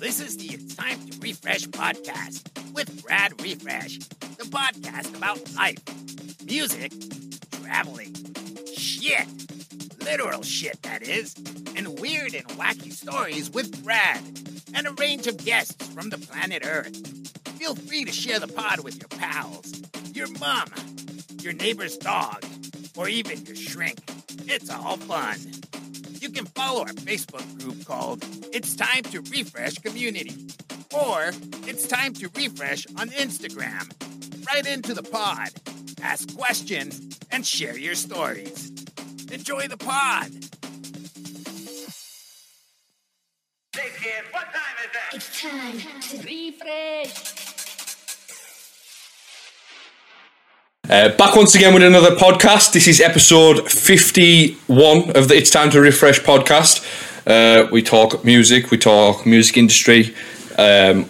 This is the Time to Refresh podcast with Brad Refresh, the podcast about life, music, traveling, shit, literal shit that is, and weird and wacky stories with Brad and a range of guests from the planet Earth. Feel free to share the pod with your pals, your mom, your neighbor's dog, or even your shrink. It's all fun you can follow our Facebook group called It's Time to Refresh Community or It's Time to Refresh on Instagram. Right into the pod, ask questions, and share your stories. Enjoy the pod. Hey kid, what time is it? It's time to refresh. Uh, back once again with another podcast. This is episode 51 of the It's Time to Refresh podcast. Uh, we talk music, we talk music industry, um,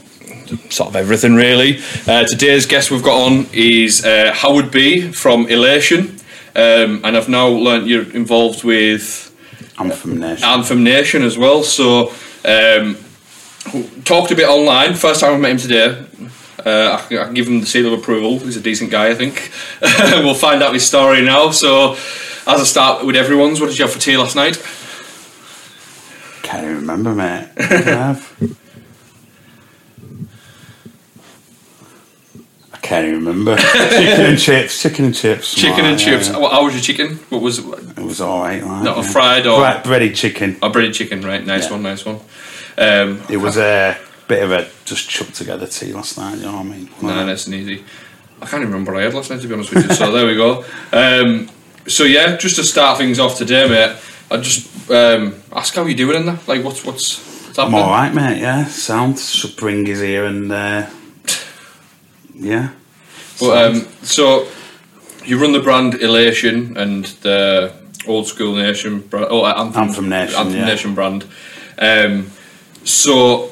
sort of everything really. Uh, today's guest we've got on is uh, Howard B from Elation. Um, and I've now learnt you're involved with I'm from Nash. Anthem Nation as well. So, um, talked a bit online. First time I met him today. Uh, I, can, I can give him the seal of approval. He's a decent guy, I think. we'll find out his story now. So, as I start with everyone's, what did you have for tea last night? Can't even remember, mate. What did I have? I can't even remember. Chicken and chips. Chicken and chips. Chicken Wow, and yeah, chips. yeah. What- How was your chicken? What was a It was all right. Like, Not a fried or- Bre- breaded chicken. breaded chicken? Right, nice Yeah. one, nice one. Um, It was a bit of a just chucked together tea last night. You know what I mean? No, nice and easy. I can't even remember what I had last night, to be honest with you. So there we go. Um, so yeah, just to start things off today, mate. I just um, ask how you doing in there. Like, what's what's, what's I'm happening? all right, mate. Yeah, sound. Should bring his ear and uh, yeah. But, um, so you run the brand Elation and the Old School Nation, bra- oh, uh, Anthem, Anthem Nation, Anthem yeah. Nation brand. Um, so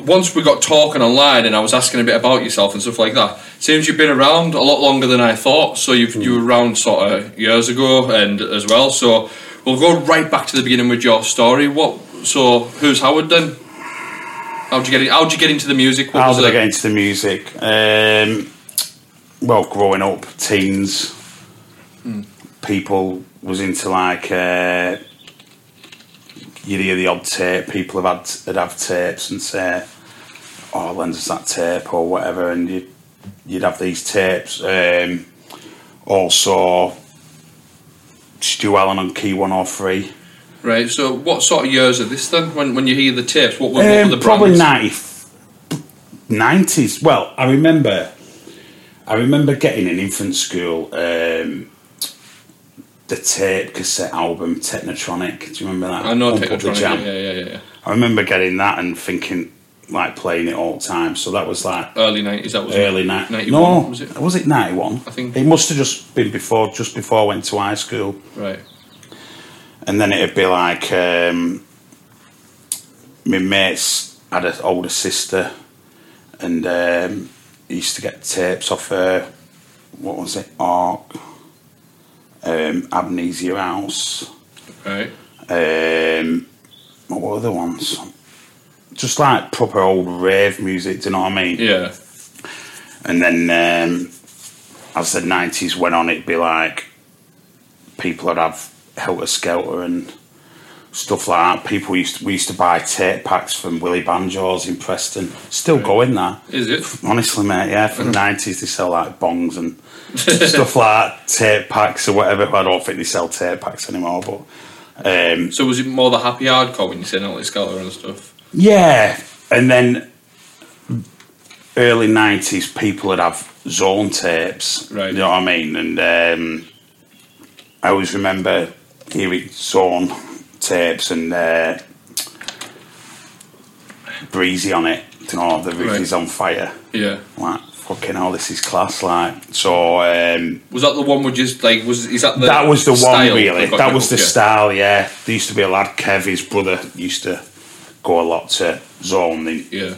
once we got talking online, and I was asking a bit about yourself and stuff like that. Seems you've been around a lot longer than I thought. So you've, you were around sort of years ago, and as well. So we'll go right back to the beginning with your story. What? So who's Howard then? How'd you get? In, how'd you get into the music? What How was did I it? get into the music? Um, well, growing up, teens, Hmm. people was into like uh, you'd hear the odd tape. People have had would have tapes and say, "Oh, lend us that tape" or whatever, and you'd you'd have these tapes. Um, also, Stu Allen on Key One Hundred Three. Right. So, what sort of years are this then? When when you hear the tapes, what, were- what were Um, the probably brands? 90, 90s. Well, I remember, I remember getting in infant school um, the tape cassette album Technotronic. Do you remember that? I know Pump Up the Technotronic. Jam. Yeah, yeah, yeah, yeah. I remember getting that and thinking, like playing it all the time. So that was like Early nineties. That was it? early night. 91, No, was it? was it ninety one? I think- it must have just been before, just before I went to high school Right. and then it'd be like um, my mates had an older sister, and um, he used to get tapes off her. What was it? Arc, um, Amnesia House. Right. Um, what were the ones? Just like proper old rave music. Do you know what I mean? Yeah. And then um, as the nineties went on, it'd be like people would have Helter Skelter and stuff like that. People used to, we used to buy tape packs from Willie Banjos in Preston. Still going there. Is it? Honestly, mate, yeah, from the nineties they sell like bongs and stuff like that, tape packs or whatever. I don't think they sell tape packs anymore, but um, So was it more the happy hardcore when you said all this Skelter and stuff? Yeah, and then early nineties, people would have zone tapes. Right. You know what I mean? And um, I always remember hearing zone tapes and uh, breezy on it. You know, the roof Right. is on fire. Yeah. Like fucking hell, this is class. Like so. Um, Was that the one with just like was is that the that was the style one really. that got That you was hooked, the yeah? style. Yeah, there used to be a lad, Kev, his brother, used to go a lot to zone. And Yeah.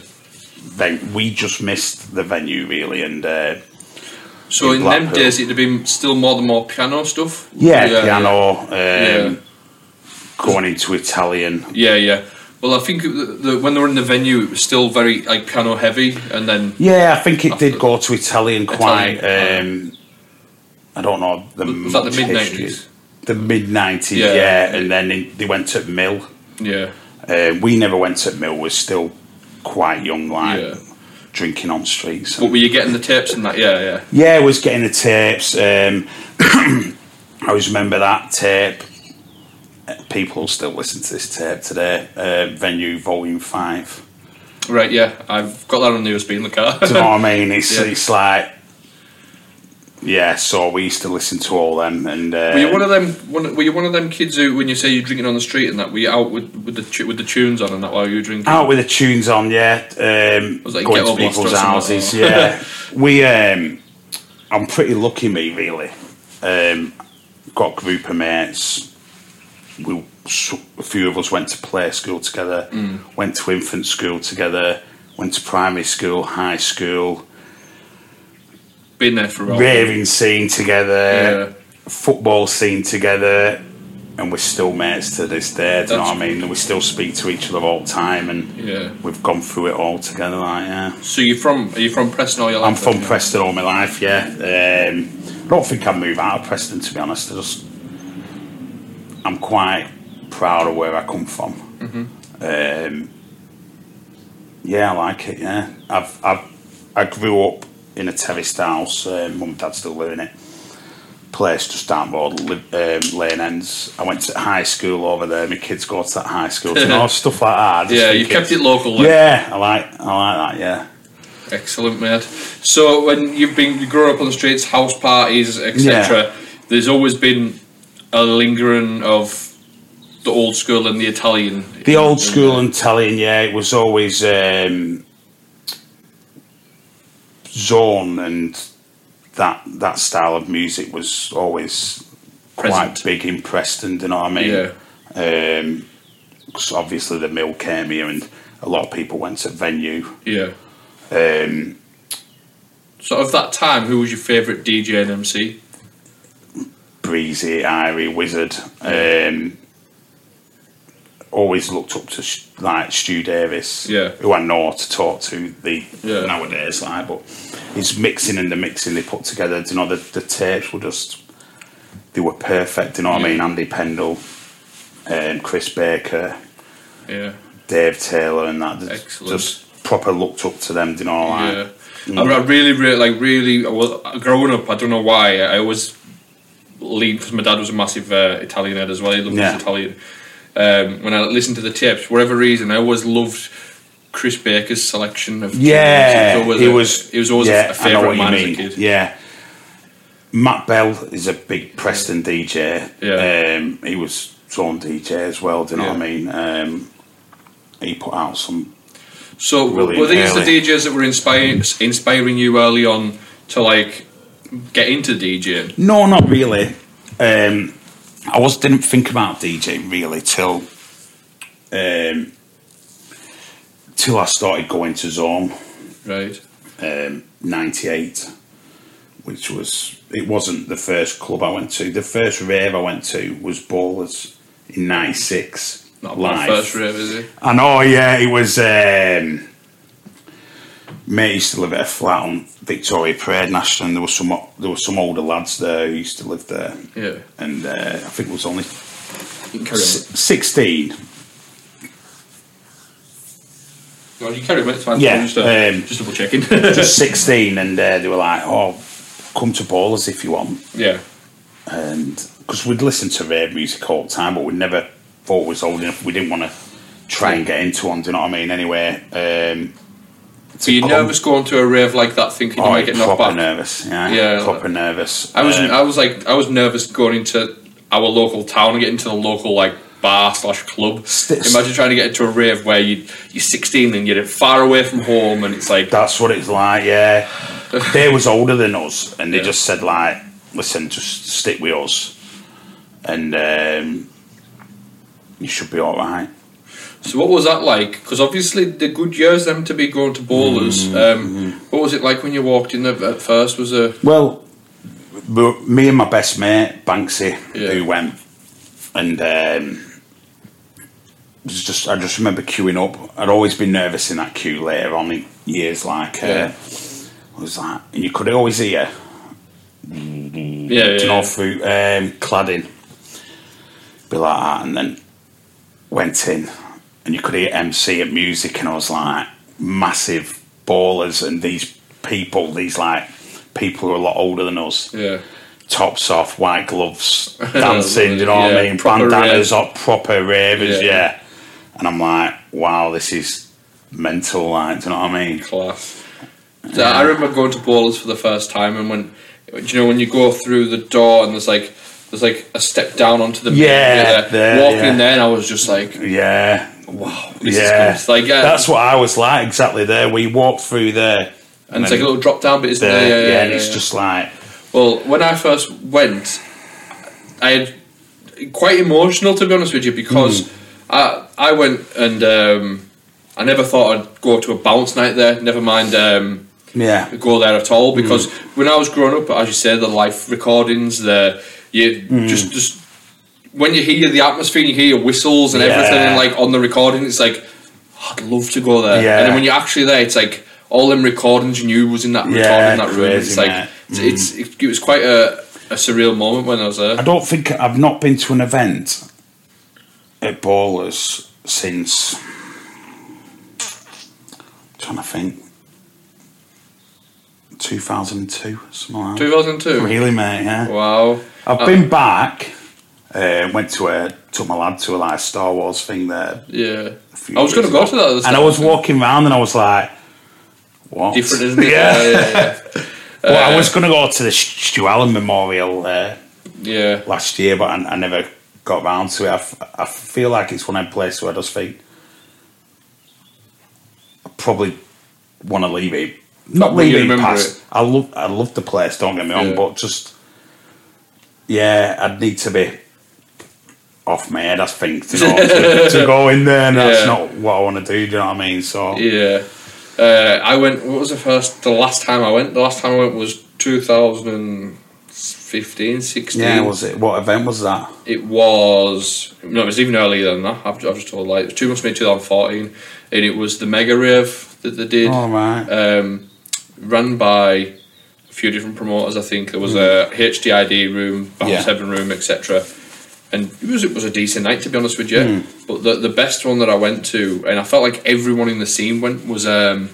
then we just missed the venue really, and uh, So in In them Blackpool. days it'd been still more the more piano stuff. yeah, piano, Yeah. Um, going into Italian. Yeah, yeah. Well, I think the, the, when they were in the venue, it was still very like piano heavy, and then Yeah, I think it did go to Italian quite. Italian, um, I don't know the uh, Was that the much mid-nineties? history. The mid nineties, Yeah. yeah. and then they, they went to Mill. yeah, Uh, we never went to Mill. We're still quite young, like Yeah. drinking on streets. and- but were you getting the tapes and that? Yeah, yeah, yeah, I was getting the tapes. Um, I always remember that tape. Uh, People still listen to this tape today. Uh, venue Volume Five. right, yeah. I've got that on the USB in the car. Do you know what I mean? It's Yeah. it's like yeah. So we used to listen to all them, and uh, Were you one of them? One, were you one of them kids who, when you say you're drinking on the street and that, were you out with, with the tu- with the tunes on and that while you were drinking? out with the tunes on, yeah. Um, Was it like going Get to Over Lost people's or something? houses, yeah. we, um, I'm pretty lucky, me really. Um, got a group of mates. We, so- a few of us went to play school together, Mm. went to infant school together, went to primary school, high school, Been there for a while. raving scene Yeah. together, football scene together. And we're still mates to this day. Do you know That's what I mean? And we still speak to each other all the time, and Yeah. we've gone through it all together. Like, yeah. So you're from? Are you from Preston or your? I'm from Preston all my life, yeah. Um, I don't think I'd move out of Preston to be honest. I just, I'm quite proud of where I come from. Mm-hmm. Um, yeah, I like it. Yeah, I've, I've I grew up in a terraced house. Um, Mum and Dad still live in it. Place just down the road, li- um, Lane Ends. I went to high school over there. My kids go to that high school. You know, stuff like that. I just Yeah, you think kept it's- it local. Then. Yeah, I like I like that. Yeah. Excellent, mate. So when you've been you grew up on the streets, house parties, etc., Yeah. there's always been a lingering of the old school and the Italian. The old school and telling, yeah, it was always um, zone and that that style of music was always Present. quite big in Preston. Do you know what I mean? Yeah. Um 'cause obviously the mill came here, and a lot of people went to venue. yeah. Um, So of that time, who was your favourite DJ and MC? breezy, Irie, wizard. Um, always looked up to sh- like Stu Davis, Yeah. who I know to talk to the Yeah. nowadays, like, but his mixing and the mixing they put together. Do you know the, the tapes were just they were perfect. Do you know what Yeah. I mean? Andy Pendle, um, Chris Baker, Yeah. Dave Taylor, and that just- Excellent. just proper looked up to them. Do you know? Like, Yeah. Mm. I, I really, really, like, really. Well, growing up, I don't know why. I always leaned because my dad was a massive uh, Italian head as well. He loved Yeah. his Italian. Um, when I listened to the tapes, for whatever reason, I always loved Chris Baker's selection of. tunes. Yeah, He was always it a- was. He was always yeah, a I know favorite what you man as a mean. kid. Yeah, Matt Bell is a big Preston DJ. Yeah. um, he was zone DJ as well. Do you know what I Yeah. mean? Um, he put out some. So Really were these early. the DJs that were inspiring inspiring you early on to like get into DJing? No, not really. Um, I was didn't think about DJing really till um, till I started going to zone. Right. um, 98, which was, it wasn't the first club I went to. The first rave I went to was Ballers in 96. Not my first rave, is it? I know, yeah, it was, um, mate used to live at a flat on Victoria Parade National and there was some, o- there was some older lads there who used to live there. Yeah. And uh, I think it was only You can carry on. s- 16. No, you carry on. It's fine. Yeah, Just, uh, um, just double checking. Just 16 and uh, they were like, oh, come to Ballers if you want. yeah. and because we'd listen to rave music all the time, but we never thought it was old enough. We didn't want to try and get into one. Do you know what I mean? Anyway, um, So you're come- nervous going to a rave like that, thinking you oh, might get knocked back. proper nervous. Yeah, Yeah. proper nervous. I was, Um, I was like, I was nervous going into our local town and getting to the local like bar slash club. Sti- Imagine trying to get into a rave where you you're 16 and you're far away from home and it's like that's what it's like. Yeah, they was older than us, and they Yeah. just said like, "Listen, just stick with us, and um, you should be all right." So what was that like? Because obviously the good years them to be going to bowlers. Mm-hmm. Um, What was it like when you walked in there at first? Was a Well, we- me and my best mate Banksy, Yeah. who went, and um, was just I just remember queuing up. I'd always been nervous in that queue later on in years. Like, uh, Yeah. what was that? And you could always hear Yeah, yeah, to yeah. know through um, cladding, be like that, and then went in, and you could hear MC and music, and I was like massive ballers, and these people, these like people who are a lot older than us, Yeah. tops off, white gloves, Yeah, dancing, you know what I mean? proper Bandanas rave. up, proper ravers, yeah. Yeah. And I'm like, wow, this is mental, like, do you know what I mean? class. So I remember going to Ballers for the first time, and when do you know when you go through the door and there's like there's like a step down onto the main- Yeah, there, walking yeah. in there, and I was just like, Yeah. wow, this Yeah. is good. like yeah, That's what I was like exactly there. We walked through there. and it's like then a little drop down, but it's there, there, yeah, yeah, yeah, and it's yeah. just like, Well, when I first went, I had quite emotional to be honest with you because Hmm. I I went and um, I never thought I'd go to a bounce night there. Never mind. Um, yeah. go there at Mm. all because when I was growing up, as you said, the live recordings, the you Mm. just just when you hear the atmosphere, and you hear your whistles and everything, Yeah. and like on the recording, it's like I'd love to go there. Yeah. And then when you're actually there, it's like all them recordings you knew was in that recording Yeah, that room. crazy, Mm. It's like mate. it's, it's it, was quite a, a surreal moment when I was there. I don't think I've not been to an event at Ballers since. trying to think. 2002, something like that. 2002. Really, mate, yeah. Wow. I've been back. Uh, went to a took my lad to a like Star Wars thing there. Yeah. a few I was going to years go ago. to that. Other and I was walking around and I was like, "What?" different, isn't it? yeah. Yeah. Uh, Yeah. well, I was going to go to the Stu Allen Memorial uh, yeah. last year, but I, I never got round to it. I, f- I feel like it's one of them places where I just think I probably want to leave it. Not But you leave it remember past. it. I love I love the place. Don't get me wrong, Yeah. but just yeah, I'd need to be off my head. I think to, know, to, to go in there. And That's Yeah. not what I want to do. Do you know what I mean? So Yeah. Uh, I went. What was the first? The last time I went. The last time I went was 2015, 16. yeah, was it? What event was that? It was. No, it was even earlier than that. I've, I've just told like it was two months maybe 2014, and it was the mega rave that they did, All Oh, right. um, ran by a few different promoters. I think there was a HDID room, Battle Mm-hmm. Yeah. Seven room, etc. And it was it was a decent night to be honest with you. Mm. But the the best one that I went to, and I felt like everyone in the scene went was, um,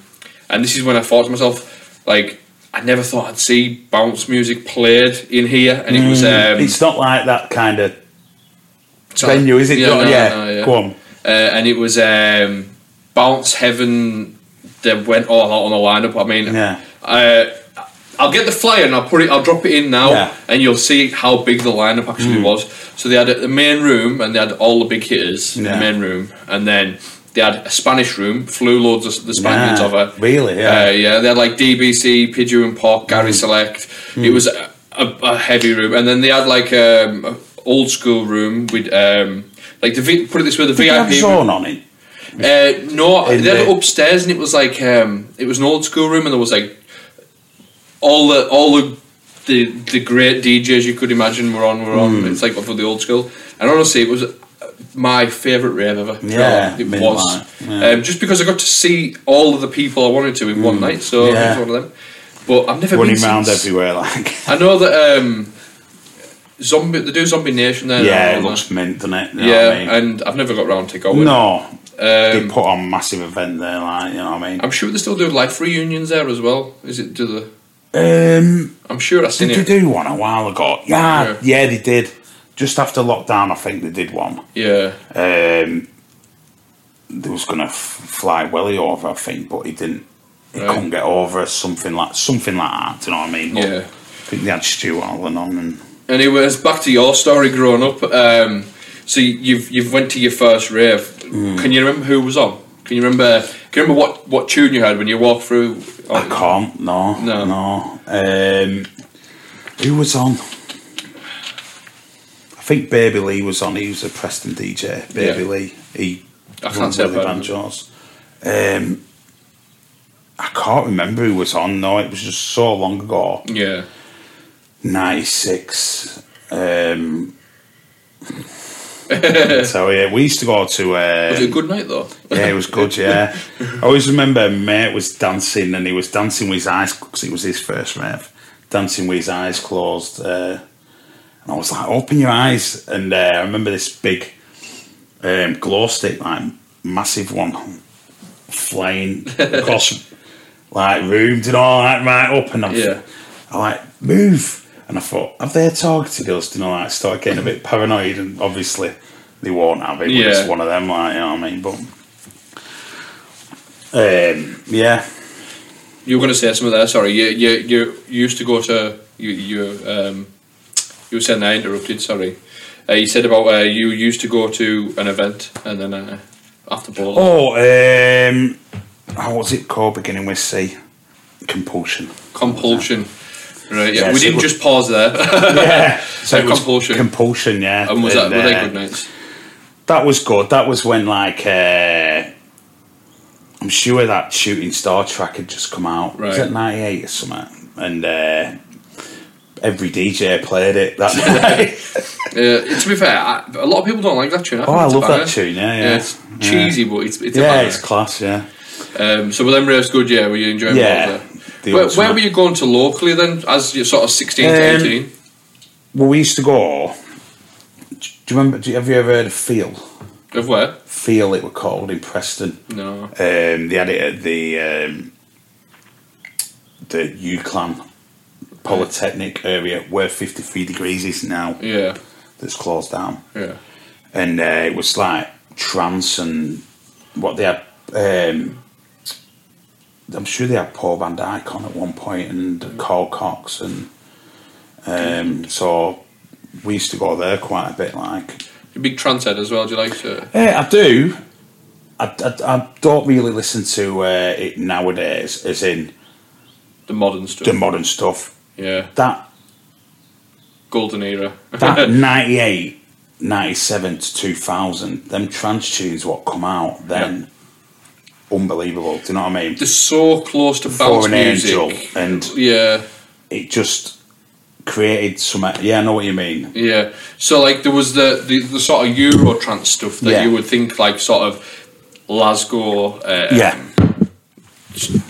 and this is when I thought to myself, like I never thought I'd see bounce music played in here, and it was um, Mm, it's not like that kind of sorry. venue, is it? Yeah, Go- no, yeah. no, yeah. Go on. Uh, and it was um, bounce heaven that went all out on the lineup. I mean, Yeah. uh, I'll get the flyer and I'll put it. I'll drop it in now, Yeah. Mm. and you'll see how big the lineup actually was. So they had the main room, and they had all the big hitters in Yeah. the main room, and then they had a Spanish room. Flew loads of the Spaniards Yeah, over. really, yeah. Mm. Uh, yeah. They had like DBC, Pidgeot and Pork, Gary Select. It was a, a, a heavy room, and then they had like um, a old school room with um, like the v- put it this way, the Did you have VIP room. Zorn on it? Uh, no, In they had it the- upstairs, and it was like um, it was an old school room, and there was like all the all the the, the great DJs you could imagine were on were on. Hmm. It's like for the old school, and honestly, it was my favorite rave ever. Yeah, it midnight, was yeah. Hmm. um, just because I got to see all of the people I wanted to in one night. So Yeah. it was one of them. But I've never Running been round since. everywhere, like. I know that um, zombie they do Zombie Nation there. yeah, it now, looks mint, doesn't it? You know yeah, what I mean? and I've never got round to going. no, um, they put on a massive event there, like, you know what I mean? I'm sure they still do life reunions there as well. Is it do the? Um, I'm sure I seen did you it. do one a while ago? Yeah, Yeah. yeah, they did. Just after lockdown, I think they did one. Yeah, Um, they was gonna f- fly Willie over, I think, but he didn't. He Right. couldn't get over something like something like that. Do you know what I mean? But Yeah. I think they had Stuart Allen on, and Anyways, back to your story growing up. Um, so you've you've went to your first rave. Mm. Can you remember who was on? Can you remember? Can you remember what, what tune you heard when you walked through? I can't. No, No. no, no. Um, who was on? I think Baby Lee was on. He was a Preston DJ. Baby Yeah. Lee. He I can't runs say I've Willie heard of him. Banjos. Um, I can't remember who was on. No, it was just so long ago. Yeah, 96. Um, so yeah, we used to go to. Uh, Was it a good night though? yeah, it was good. Yeah, I always remember a mate was dancing, and he was dancing with his eyes because it was his first rev, dancing with his eyes closed. Uh, and I was like, "Open your eyes!" And uh, I remember this big um, glow stick, like massive one, flying across like rooms and all that, right up. And I'm, Yeah. I like move. And I thought, have they targeted us? Do you know, like, start getting a bit paranoid, and obviously they won't have it. Yeah. Yeah. It's one of them, like, you know what I mean? But um, yeah, You were going to say something there. Sorry, you you you you used to go to you you um you were saying I interrupted. Sorry, uh, you said about uh, you used to go to an event and then uh, after ball. Oh, um, how was it called? Beginning with C, compulsion. Compulsion. Right, yeah. Yeah, we so didn't we- just pause there. Yeah, so Uh, it was compulsion. Compulsion, yeah. and was that, And, were they uh, good nights? That was good. That was when like uh, I'm sure that Shooting Star track had just come out. Was Right. it '98 or something? And uh, every DJ played it that night. Uh, to be fair, I, a lot of people don't like that tune. I oh, think I it's a love banger. that tune. Yeah, yeah. Yeah, it's cheesy, but it's it's a Yeah, banger. it's class. Yeah, Um, so were them raves good? Yeah, were you enjoying Yeah, those, uh, the Where, ultimate. where were you going to locally then, as you're sort of 16 to Um, 18? Well, we used to go. Do you remember? Do you, have you ever heard of Feel? Of where? Feel it were called in Preston. No. Um, they had it at the um, the UCLan Polytechnic area where 53 degrees is now. Yeah, That's closed down, yeah. and uh, it was like trance and what they had. Um, I'm sure they had Paul Van Dyke on at one point and Carl Cox and um, so we used to go there quite a bit like You're a big trance head as well, do you like uh, to? yeah, I do. I, I, I don't really listen to uh, it nowadays, as in The modern stuff. the modern stuff. yeah, That golden era. that 98, 97 to 2000, them trance tunes what come out then, unbelievable. Do you know what I mean? They're so close to bounce For an music. angel, and Yeah, it just created some. Yeah, I know what you mean. yeah. So like there was the the, the sort of Euro trance stuff that Yeah. you would think like sort of Glasgow, uh, Yeah,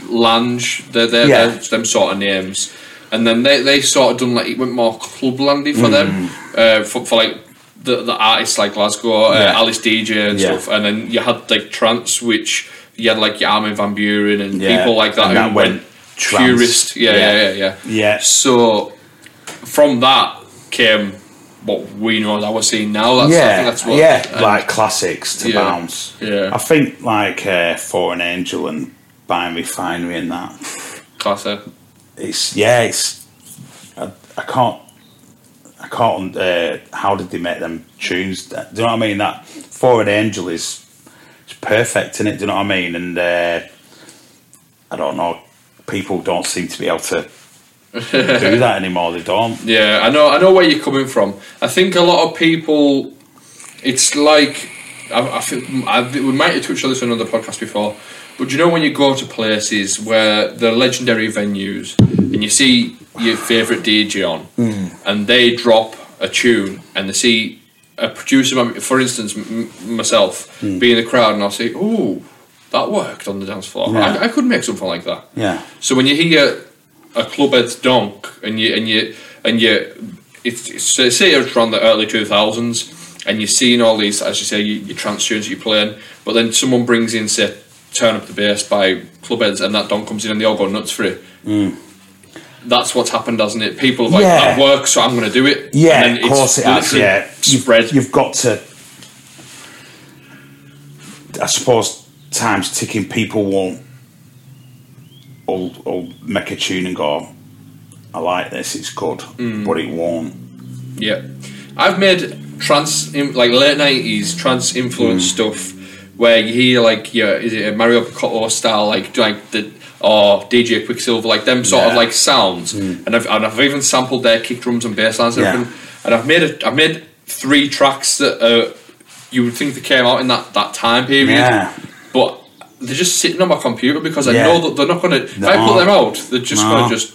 Lange, they're, they're, Yeah. they're them sort of names. And then they, they sort of done like it went more club landy for them, uh, for, for like the, the artists like Glasgow, uh, Mm. Yeah. Alice DJ and Yeah. stuff. And then you had like trance, which you had like your Armin van Buren and Yeah, people like that and that who went went trance. purist. Yeah, yeah, Yeah. yeah, yeah, yeah, So from that came what we know as our scene now. That's, I yeah, think that's what, uh, yeah, and- like classics to Yeah, bounce. yeah. I think like uh, For an Angel and Buying Refinery and that. class A. it's yeah, it's I, I can't I can't. Uh, how did they make them choose? That? Do you know what I mean? That Foreign Angel is it's perfect in it. Do you know what I mean? And uh, I don't know. People don't seem to be able to do that anymore. They don't. Yeah, I know. I know where you're coming from. I think a lot of people, it's like I, I think I, we might have touched on this on another podcast before, but you know when you go to places where they're legendary venues and you see your favorite DJ on, Hmm. and they drop a tune and they see a producer, m- for instance, m- m- myself, Hmm. be in the crowd and I'll say, "Ooh, that worked on the dance floor. Yeah. I, I could make something like that." Yeah, So when you hear a clubhead's donk and you and you and you it's, it's so say it's around the early two thousands and you're seeing all these as you say you, your trance tunes that you're playing, but then someone brings in say turn up the bass by clubheads and that donk comes in and they all go nuts for it. That's what's happened, hasn't it? People are like Mm. Yeah. that works, so I'm going to do it. yeah. And then Of course, it has. literally Yeah, You've- spread. You've got to. I suppose time's ticking. People won't. Will will make a tune and go. I like this. It's good, Mm. but it won't. Yeah, I've made trans in, like late nineties trans influence Mm. stuff where you hear like yeah, is it a Mario Picotto style like like the or DJ Quicksilver like them sort of Yeah. Mm. like sounds, and I've and I've even sampled their kick drums and bass lines and Yeah. everything, and I've made a, I've made three tracks that uh, you would think they came out in that that time period, Yeah. but. They're just sitting on my computer because I Yeah. know that they're not going to. If I No. put them out, they're just No. going to just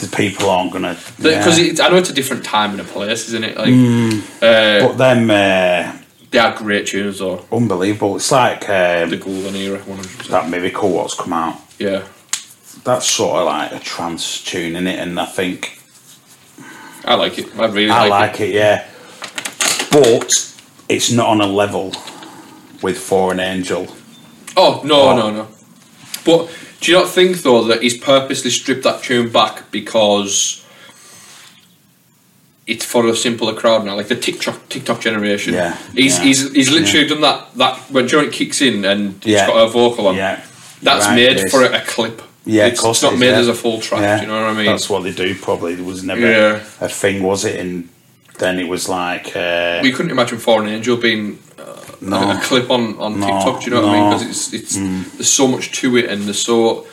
the people aren't gonna. Because yeah. Mm. I know it's a different time and a place, isn't it? Like, uh, but them uh, they are great tunes, though. unbelievable. It's like The um, Golden Era, 100%. that miracle what's come out. Yeah. That's sort of like a trance tune in it, and I think I like it. I really I like, like it. yeah. But it's not on a level with Foreign Angel. it. Oh, no, Oh. no, no. But do you not think, though, that he's purposely stripped that tune back because it's for a simpler crowd now, like the TikTok TikTok generation? Yeah, He's, yeah, he's, he's literally done that, that when Joint kicks in and Yeah. it's got a vocal on. Yeah. That's Right, made yes. for a, a clip. Yeah, of it's, course it's not it is, made yeah. as a full track. Yeah. Do you know what I mean? That's what they do. Probably there was never Yeah. a thing, was it? And then it was like uh, we couldn't imagine Foreign Angel being uh, No. a, a clip on, on No, TikTok. Do you know what I no. Mm. mean? Because it's it's there's so much to it, and there's so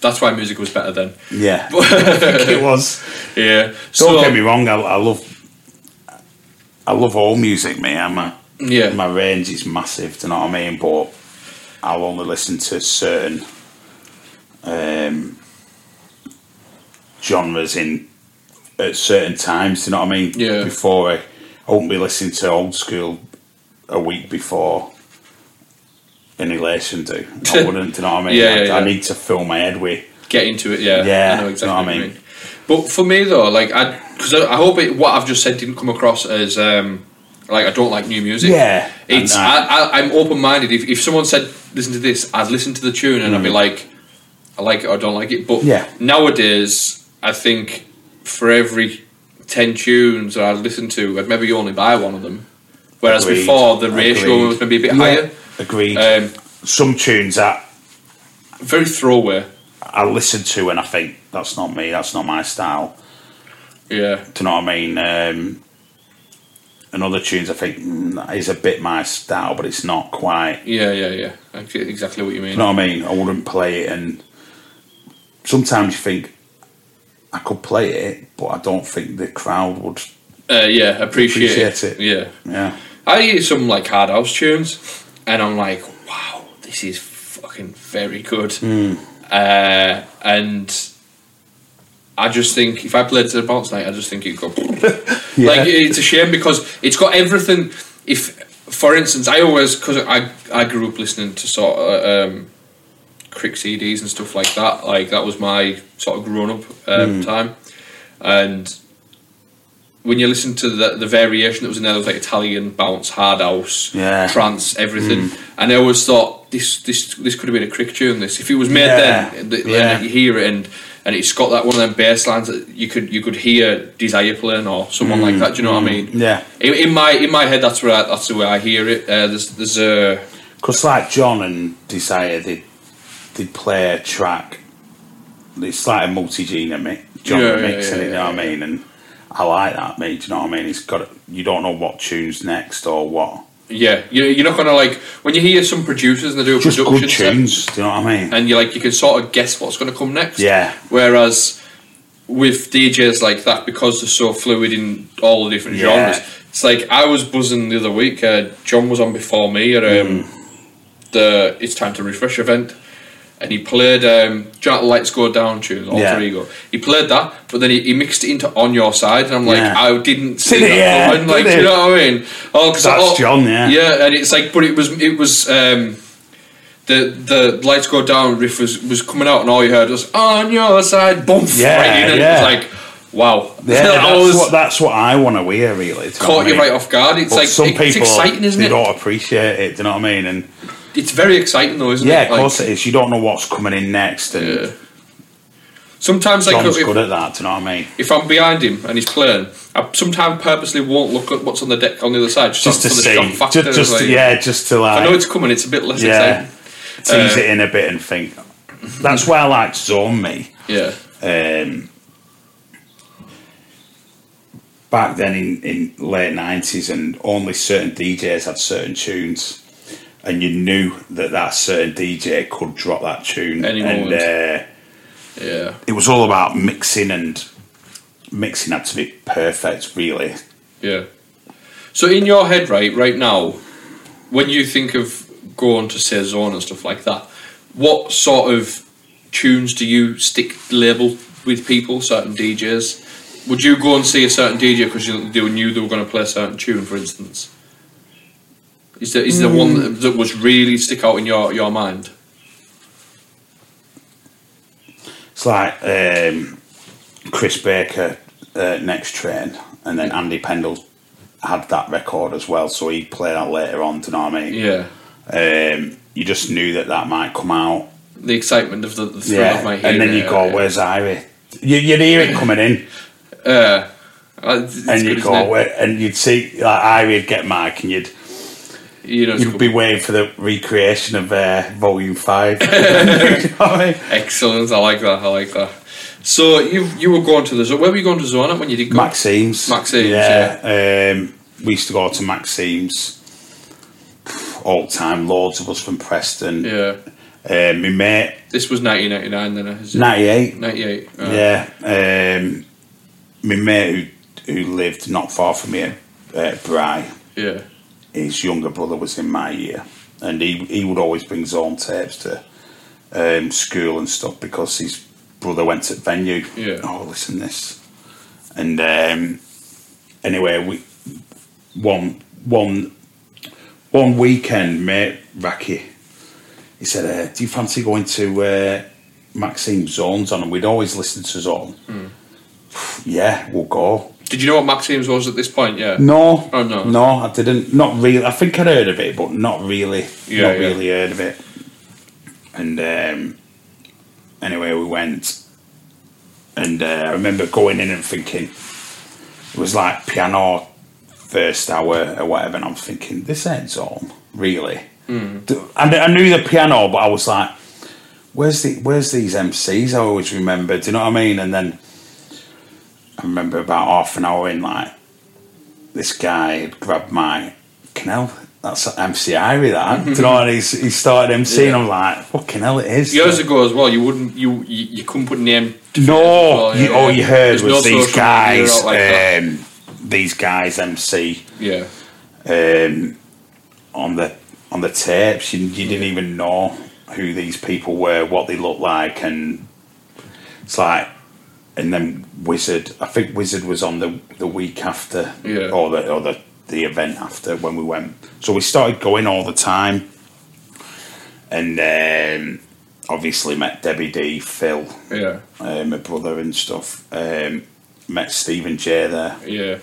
that's why music was better then. yeah, I think it was. Yeah. Don't so get me wrong. I, I love I love all music, mate. I'm a, yeah, my range is massive. Do you know what I mean? But I'll only listen to certain um, genres in at certain times. Do you know what I mean? Yeah. Before I, I won't be listening to old school a week before Annihilation. Do I wouldn't? do you know what I mean? Yeah, I, yeah, I yeah. need to fill my head with. get into it. Yeah, Yeah, I know know exactly what I what you mean. mean. But for me though, like I because I, I hope it, what I've just said didn't come across as um, like I don't like new music. Yeah, it's and I, that. I, I'm open minded. If, if someone said listen to this, I'd listen to the tune and I'd be like, I like it or I don't like it. But Mm. Yeah. nowadays, I think for every ten tunes that I'd listen to, I'd maybe only buy one of them. Whereas Agreed, before, the ratio agreed. was maybe a bit Yeah, Agreed. higher. Um, Some tunes that very throwaway. I listen to and I think that's not me. That's not my style. Yeah, Do you know what I mean? Um, and other tunes I think mm, that is a bit my style, but it's not quite. yeah, yeah, yeah. I get exactly what you mean. You know what I mean? I wouldn't play it, and sometimes you think I could play it, but I don't think the crowd would. Uh, yeah, appreciate, Appreciate it. Yeah, Yeah, I hear some like hard house tunes, and I'm like, wow, this is fucking very good. Hmm. Uh, and I just think if I played to the bounce night, I just think it'd go. Like it's a shame because it's got everything. If, for instance, I always because I I grew up listening to sort of um, Crick CDs and stuff like that. Like that was my sort of grown up um, Hmm. time, and when you listen to the, the variation that was in there, there was like Italian bounce, hard house, Yeah. Mm. trance, everything. And I always thought this this this could have been a crick tune. This if it was made Yeah. then, th- Yeah. then you hear it and and it's got that one of them bass lines that you could you could hear Desire playing or someone like that. Do you know what I mean? Mm. yeah. In, in my in my head, that's where I, that's the way I hear it. Uh, there's there's a Because like John and Desire, they they play a track. It's like a multi-genre mi- genre Yeah, yeah, mix, yeah, innit, yeah, you know what I mean? And I like that, mate. Do you know what I mean? It's got you don't know what tunes next or what. yeah. You, you're not gonna like when you hear some producers and they do a Just production good set, Uh, tunes. Do you know what I mean? and you like you can sort of guess what's going to come next. Yeah. Whereas with DJs like that, because they're so fluid in all the different Yeah. genres, it's like I was buzzing the other week. Uh, John was on before me at Mm. um, the "It's Time to Refresh" event, and he played um, "Jack Lights Go Down" tune, Alter Yeah. Ego. He played that, but then he, he mixed it into "On Your Side," and I'm like, Yeah. I didn't see Did that it? Yeah, coming. Like, did you it? know what I mean? Oh, 'cause That's oh, John, yeah. Yeah, and it's like, but it was it was. Um, the the lights go down riff was, was coming out and all you heard was on your side boom Yeah, right in and yeah. it was like wow Yeah, That that's, was what, that's what I want to hear, really. do you know what caught I you mean? right off guard it's But like some it- people it's exciting isn't they it don't appreciate it. Do you know what I mean? And it's very exciting though isn't yeah, it of course it is. You don't know what's coming in next, and Yeah. sometimes like John's if, good at that. Do you know what I mean? if I'm behind him and he's playing I sometimes purposely won't look at what's on the deck on the other side just, Just to for the see, shock just, factor just like, to, yeah, just to like I know it's coming it's a bit less yeah, exciting tease Uh, it in a bit and think. That's why I like Zone Me. yeah um, back then in, in late nineties, and only certain DJs had certain tunes, and you knew that that certain DJ could drop that tune, Any and moment. uh, yeah it was all about mixing, and mixing had to be perfect, really. Yeah. So in your head, right, right now, when you think of going to say zone and stuff like that, what sort of tunes do you stick label with people, certain DJs. Would you go and see a certain DJ because you you knew they were going to play a certain tune, for instance? Is there is there one that, that was really stick out in your, your mind? It's like um, Chris Baker uh, next train, and then Andy Pendle had that record as well, so he played that later on. Do you know what I mean? Yeah, Um, you just knew that that might come out. the excitement of the, the thrill Yeah, of my and then you go, "Where's Irie?" You, you'd hear it coming in, Uh, it's and good, you'd isn't go, it? "Where?" And you'd see like Irie'd get Mike, and you'd You know, it's you'd good. be waiting for the recreation of uh, Volume Five. You know what I mean? excellent. I like that. I like that. So you you were going to the zone. Where were you going to zone at when you did go? Maxime's. Maxime's, Yeah. Um, we used to go to Maxime's all the time. Loads of us from Preston. Yeah, Um, my mate, this was 1999. Then is it? 98. 98. uh, Yeah. Um, my mate who, who lived not far from here, uh, Bry, yeah. his younger brother was in my year. And he, he would always bring zone tapes to um, school and stuff because his brother went to venue. Yeah. Oh, listen this. And um, anyway, we one one one weekend, mate, Racky, he said, uh, "Do you fancy going to uh, Maxime Zones on?" And we'd always listen to Zone. Yeah, we'll go. Did you know what Maxime's was at this point? Yeah. No. Oh, no. No, I didn't. Not really. I think I'd heard of it, but not really. Yeah, not yeah. really heard of it. And um, anyway, we went. And uh, I remember going in and thinking, it was like piano first hour or whatever. And I'm thinking, this ain't zone, really. D- And I knew the piano, but I was like, where's the where's these MCs? I always remember. Do you know what I mean? And then I remember about half an hour in, like this guy had grabbed my canal. That's MC Irie, that. Do you know? And he's, he started MCing. I'm like, fucking hell, it is. Years ago as well, you wouldn't you you, you couldn't put name. No, Well, yeah, you, all you yeah. heard There's was no social these media guys, out like that. um, these guys MC Yeah. um, on the on the tapes. You, you didn't even know who these people were, what they looked like, and it's like. And then Wizard, I think Wizard was on the the week after, Yeah. or the or the the event after when we went. So we started going all the time, and um, obviously met Debbie D, Phil, Yeah. uh, my brother and stuff. Um, met Stephen Jay there. Yeah.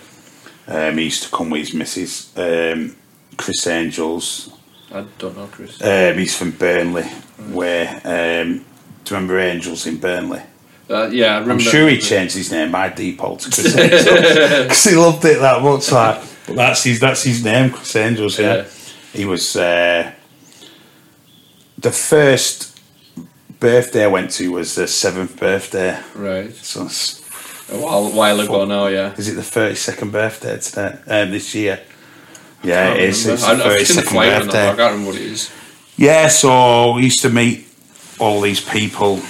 Um, he used to come with his missus, um, Chris Angels. I don't know, Chris. Um, he's from Burnley, where um, do you remember Angels in Burnley? Uh, yeah, I remember. I'm that. sure he changed his name by default to Chris Angels because he loved it that much. Like, but that's his that's his name, Chris Angels. Yeah, Yeah. he was uh, the first birthday I went to was the seventh birthday. Right. So it's A while, while ago now, yeah. Is it the thirty second birthday today? Um, this year. Yeah, it is. It's I, the I've thirty seen the second flyer on that, but I birthday. can't remember what it is. Yeah, so we used to meet all these people.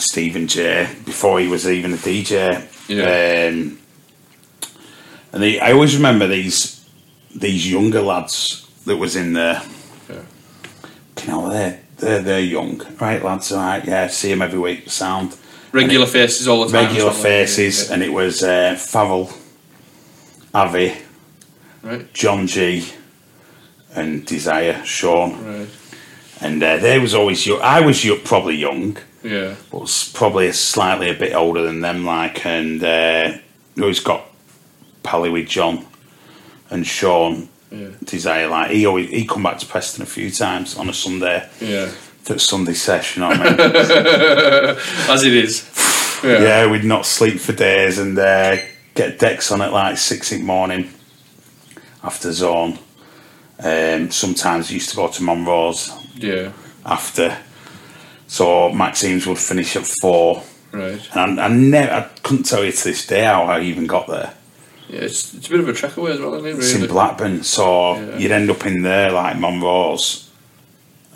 Stephen J. Before he was even a DJ. Yeah. Um, and they, I always remember these these younger lads that was in there. Yeah. You know, they're they're they're young, right lads? All right, yeah. See them every week. Sound Regular faces all the time. as regular well, like, faces, yeah, and it was uh, Favell, Avi, yeah. Right. John G, and Desire Sean, Right. and uh, they was always young. I was yo- probably young, Yeah. but s- probably slightly a bit older than them. Like, and uh, we always got pally with John and Sean. Yeah. Desire, like he always he come back to Preston a few times on a Sunday, Yeah. that Sunday session. I mean, As it is. Yeah. Yeah, we'd not sleep for days and uh, get decks on at like six in the morning after zone. Um, sometimes used to go to Monroe's Yeah. after. So Maxime's would finish at four. Right. And I, I, never, I couldn't tell you to this day how I even got there. Yeah, it's, it's a bit of a trek away as well, isn't it? Really? It's in Blackburn, so Yeah. you'd end up in there like Monroe's.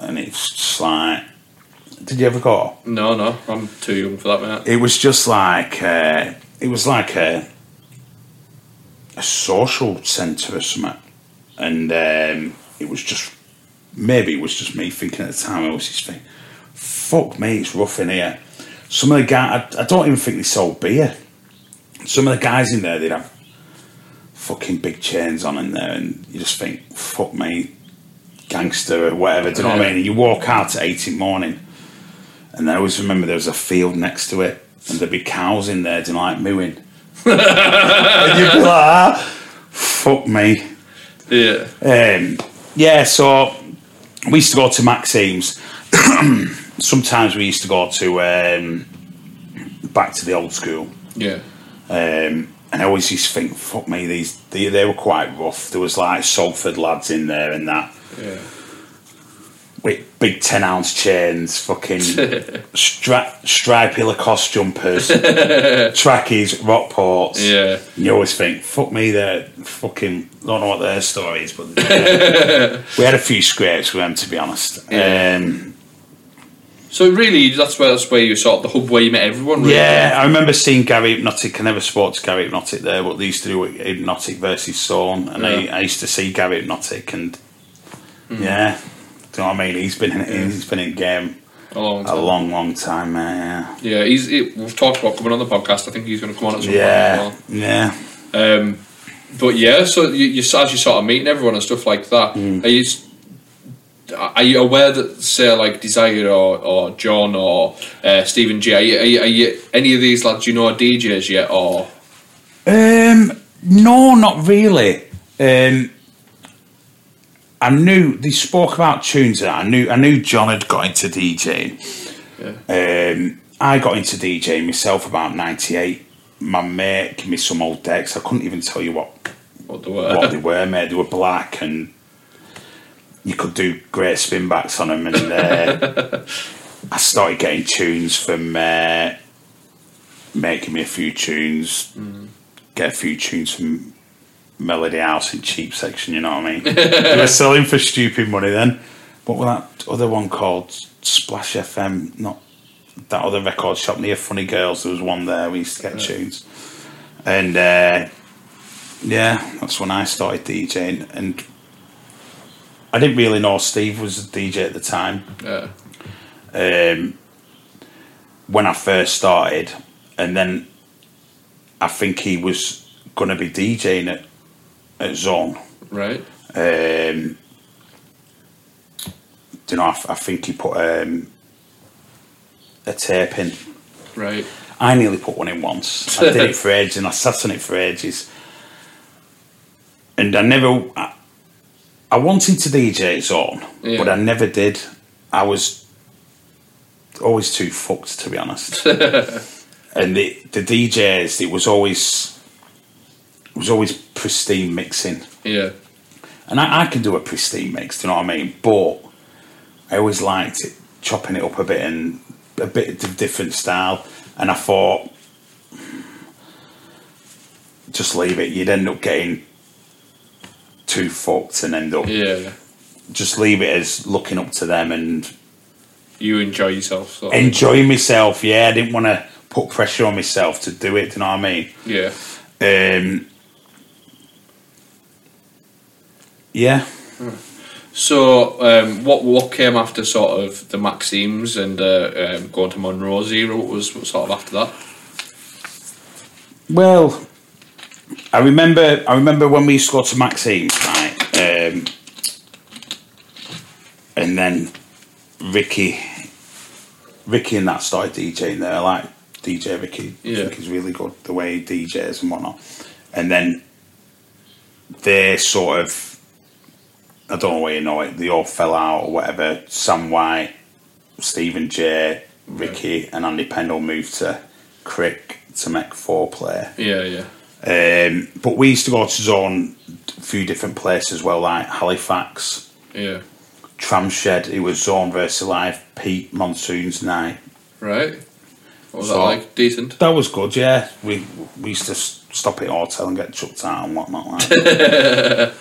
And it's just like, did you ever go? No, no, I'm too young for that, man. it was just like uh, it was like a a social centre or something, and um, it was just maybe it was just me thinking at the time. I was just thinking, "Fuck me, it's rough in here." Some of the guys, I, I don't even think they sold beer. Some of the guys in there, they'd have fucking big chains on in there, and you just think, fuck me, gangster or whatever. Do you know what I mean? And you walk out at eight in the morning, and I always remember there was a field next to it, and there'd be cows in there, do you know, like mooing. and you'd be like, ah, fuck me. Yeah. Um, yeah, so we used to go to Maxime's. Sometimes we used to go to um, back to the old school. Yeah. Um, and I always used to think, fuck me, these they, they were quite rough. There was like Salford lads in there and that Yeah. with big ten ounce chains, fucking stra- stripy Lacoste jumpers, trackies, Rockports. Yeah. And you always think, fuck me, they're fucking don't know what their story is, but we had a few scrapes with them to be honest. Yeah. Um, So really, that's where that's where you sort of the hub where you met everyone. Really. yeah, I remember seeing Gary Hypnotic. I never spoke to Gary Hypnotic there, but they used to do Hypnotic versus Sawn, and Yeah. Mm. I, I used to see Gary Hypnotic, and yeah, do you know what I mean? He's been in, he's been in the game A long a time. long, long time, mate. Yeah. Oh, Yeah, he's. He, we've talked about coming on the podcast. I think he's going to come on at some Yeah, point. as yeah. well. Um, but yeah, so you, you as you sort of meeting everyone and stuff like that. Mm. Are you s- are you aware that say like Desire or, or John or uh, Stephen G? Are you, are, you, are you any of these lads you know are DJs yet? Or Um, no, not really. Um, I knew they spoke about tunes. and I knew I knew John had got into DJing. Um, I got into DJing myself about '98. My mate gave me some old decks. I couldn't even tell you what what the what they word? were, mate. They were black and you could do great spin backs on them. And uh, I started getting tunes from uh, making me a few tunes, get a few tunes from Melody House in cheap section, you know what I mean? they were selling for stupid money then. What was that other one called? Splash FM, not that other record shop near Funny Girls. There was one there, we used to get tunes. And uh, yeah, that's when I started DJing, and I didn't really know Steve was a DJ at the time. Yeah. Um, when I first started, and then I think he was going to be DJing at at Zone. Right. Um, you know, I, th- I think he put um, a tape in. Right. I nearly put one in once. I did it for ages, and I sat on it for ages. And I never, I, I wanted to DJ its on, Yeah. but I never did. I was always too fucked, to be honest. and the the DJs, it was always it was always pristine mixing, Yeah. and I, I can do a pristine mix. Do you know what I mean? But I always liked it, chopping it up a bit and a bit of different style. And I thought, just leave it. You'd end up getting too fucked and end up Yeah. just leave it as looking up to them and You enjoy yourself. So. enjoying myself. Yeah, I didn't want to put pressure on myself to do it. Do you know what I mean? yeah. Um, yeah. So, um, what what came after sort of the Maximes and uh, um, going to Monroe's era? What was what sort of after that? Well, I remember. I remember when we used to go to Maxine's, right? Um, and then Ricky, Ricky and that started DJing there. I like DJ Ricky. I Yeah. think he's really good the way he DJs and whatnot. And then they sort of, I don't know where you know it. They all fell out or whatever. Sam White, Stephen J, Ricky, and Andy Pendle moved to Crick to make four player. Yeah, yeah, Um, but we used to go to zone a few different places as well, like Halifax, yeah. Tramshed. It was zone versus live Pete Monsoon's night. Right. What was that So- like? Decent. That was good, yeah. We we used to s- stop at a hotel and get chucked out and whatnot. Like that.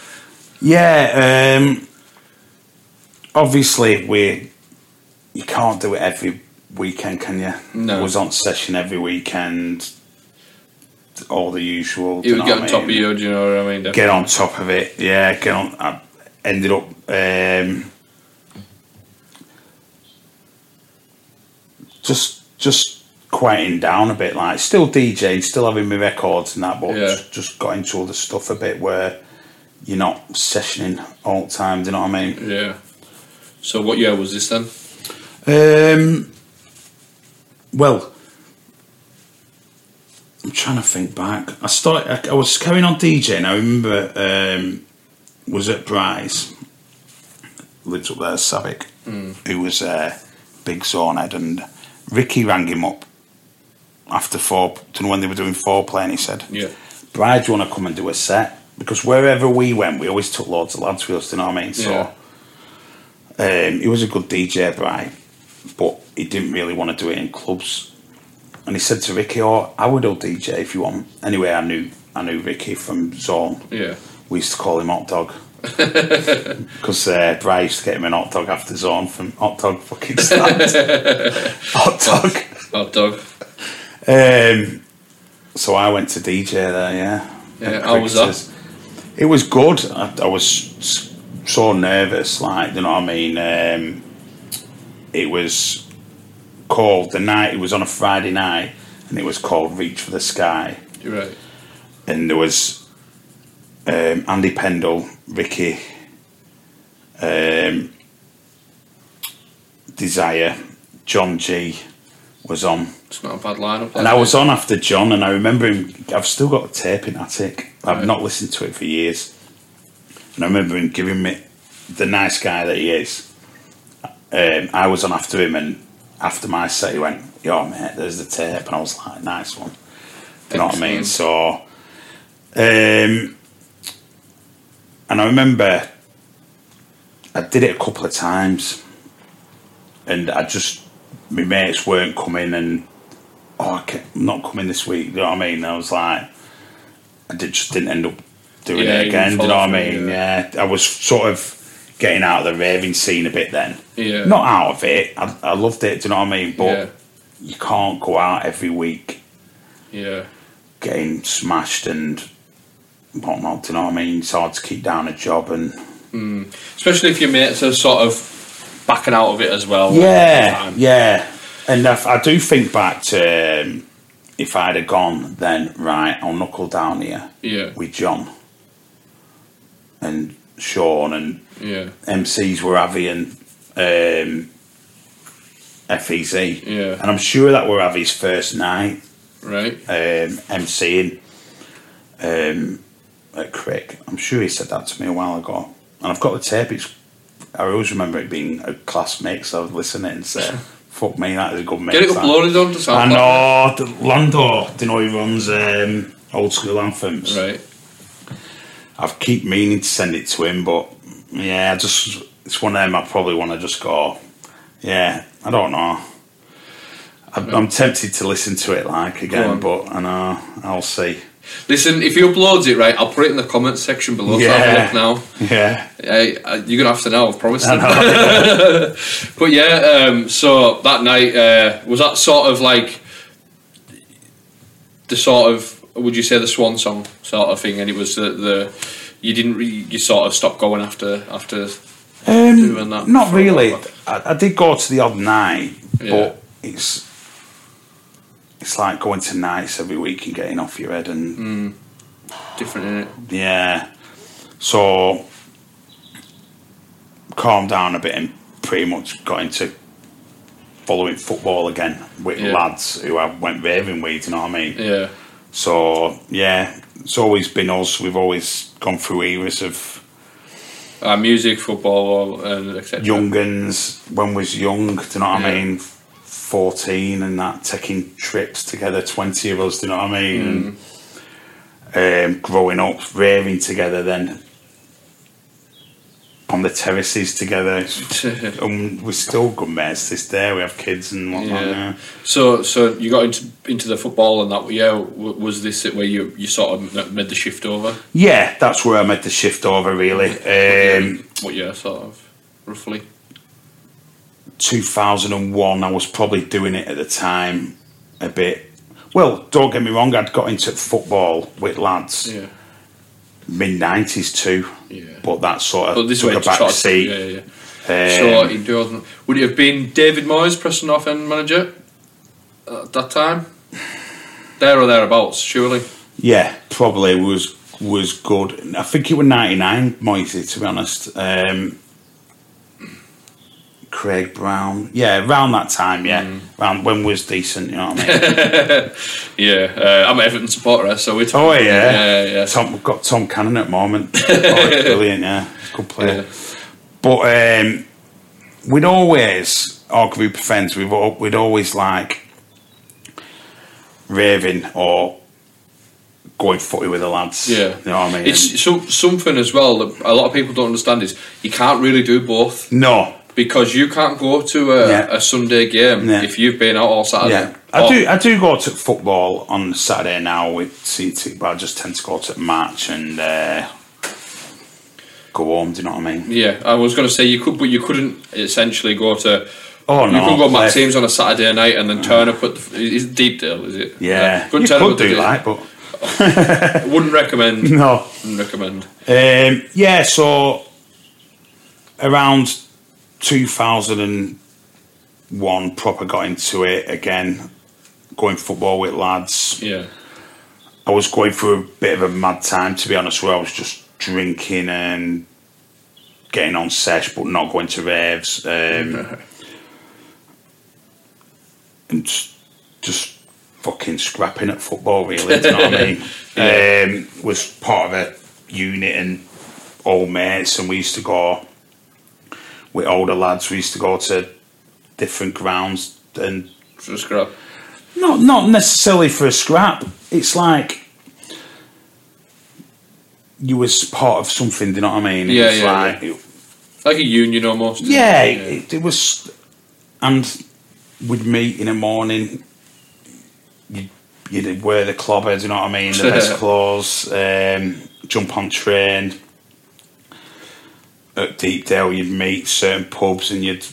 yeah. Um, obviously, we you can't do it every weekend, can you? No. It was on session every weekend. All the usual. do You know would get what on I top of mean? you. Do you know what I mean? Definitely. get on top of it. Yeah, get on. I ended up um, just just quieting down a bit, like still DJing, still having my records and that, but Yeah. just got into other stuff a bit where you're not sessioning all the time. Do you know what I mean? Yeah. So what year was this then? Um, well, I'm trying to think back. I started. I, I was carrying on DJing. I remember um, was at Bryce, lived up there, Savick, who was uh, big Zornhead, and Ricky rang him up after four. Don't know when they were doing four play, and he said, Yeah. Bride, do you want to come and do a set? Because wherever we went, we always took loads of lads with us, do you know what I mean? So um, he was a good DJ, Bride, but he didn't really want to do it in clubs. And he said to Ricky, Oh, I would do DJ if you want. Anyway, I knew I knew Ricky from Zone. Yeah. We used to call him Hot Dog. Because uh, Bri used to get him an hot dog after Zone from Hot Dog fucking stand. hot Dog. Oh, dog. Um, so I went to DJ there, yeah. Yeah, At Uh, how was that? Cricketers. It was good. I, I was s- so nervous, like, you know what I mean? Um, it was called the night, it was on a Friday night, and it was called Reach for the Sky. You're right. And there was um, Andy Pendle, Ricky, um, Desire, John G was on. It's not a bad lineup. And I was on after John, and I remember him. I've still got a tape in attic. I've Right. not listened to it for years. And I remember him giving me the nice guy that he is. Um, I was on after him, and after my set, he went, "Yo, mate, there's the tape," and I was like, "Nice one." You know what I mean? So, um, and I remember I did it a couple of times, and I just my mates weren't coming, and oh, I can't, I'm not coming this week. You know what I mean? And I was like, I did, just didn't end up doing Yeah, it you again. Do you know what I follow through, mean? Yeah. I was sort of getting out of the raving scene a bit then. Yeah. Not out of it. I, I loved it. Do you know what I mean? But Yeah. you can't go out every week Yeah. getting smashed and whatnot. Do you know what I mean? It's hard to keep down a job and Especially if your mates are sort of backing out of it as well. yeah, Um, yeah. And if, I do think back to um, if I'd have gone, then right, I'll knuckle down here Yeah. with John and Sean and Yeah. MCs were Avi and um, FEZ. Yeah. And I'm sure that were Avi's first night. Right. um, emceeing um, at Crick. I'm sure he said that to me a while ago, and I've got the tape. It's I always remember it being a class mix. I would listen to it and say, "Fuck me, that is a good mix." Get it that." uploaded onto I SoundCloud. know the Lando. Do you know he runs um, old school anthems? Right. I've keep meaning to send it to him, but yeah, I just it's one of them. I probably want to just go. Yeah, I don't know. I'm, I'm tempted to listen to it Go like again, on. but I know I'll see. Listen, if he uploads it, right, I'll put it in the comments section below. So have a look now. Yeah. I, I, you're gonna have to know. I've promised. them. but yeah, um, so that night uh, was that sort of like the sort of would you say the swan song sort of thing, and it was the, the you didn't re- you sort of stopped going after after doing that. Um, Not for a really. while. I, I did go to the odd night, Yeah. but it's it's like going to nights every week and getting off your head and Mm. Different in it. yeah. So calmed down a bit and pretty much got into following football again with Yeah. lads who I went raving with, you know what I mean? Yeah, So yeah, it's always been us. We've always gone through eras of uh, music, football, and etc. younguns when was young. Do you know what I Yeah. mean? Fourteen and that taking trips together, twenty of us. Do you know what I mean? Mm-hmm. Um, growing up, raving together, then on the terraces together, and we're still good mates to this day. We have kids and whatnot. Yeah. Yeah. So, so you got into into the football and that. Yeah, w- was this it where you you sort of made the shift over? yeah, that's where I made the shift over. Really, um, what year, sort of, roughly? two thousand and one. I was probably doing it at the time a bit. Well, don't get me wrong. I'd got into football with lads. Yeah. mid nineties too. Yeah. But that sort of But this way, took a to try back to- seat. Yeah, yeah. Um, so it doesn't. Would it have been David Moyes, Preston North End manager? at that time, there or thereabouts, surely. Yeah, probably was was good. I think it was ninety nine Moisey to be honest. Um, Craig Brown, yeah, around that time, yeah, Mm. around when was decent, you know what I mean. Yeah, uh, I'm an Everton supporter, so we're oh yeah, yeah, yeah. Tom we've got Tom Cannon at the moment. oh, he's brilliant, yeah, he's a good player. But um, we'd always, our group of friends, we'd, al- we'd always like raving or going footy with the lads. Yeah, you know what I mean. It's so, something as well that a lot of people don't understand is you can't really do both no, because you can't go to a, Yeah. a Sunday game Yeah. if you've been out all Saturday. yeah, I Or- do. I do go to football on Saturday now with CT, but I just tend to go to match and uh, go home. Do you know what I mean? Yeah, I was going to say you could, but you couldn't essentially go to. Oh you no, could go play- Matt teams on a Saturday night and then turn up at the, is it Deepdale, is it? Yeah, couldn't you turn up at could the- do that, but Wouldn't recommend. no. Wouldn't recommend. Um, yeah, so around 2001, proper got into it again, going football with lads. Yeah, I was going through a bit of a mad time, to be honest, where I was just drinking and getting on sesh, but not going to raves. Um, and just, just fucking scrapping at football, really. Do you know what I mean? Um, was part of a unit and old mates, and we used to go with older lads. We used to go to different grounds and just grab. not not necessarily for a scrap. It's like you was part of something. Do you know what I mean? It Yeah, was yeah, like, yeah. Like a union almost. It, it was, and we'd meet in the morning. You'd, you'd wear the clobber. Do you know what I mean? The best clothes. Um, jump on train. At Deepdale, you'd meet certain pubs and you'd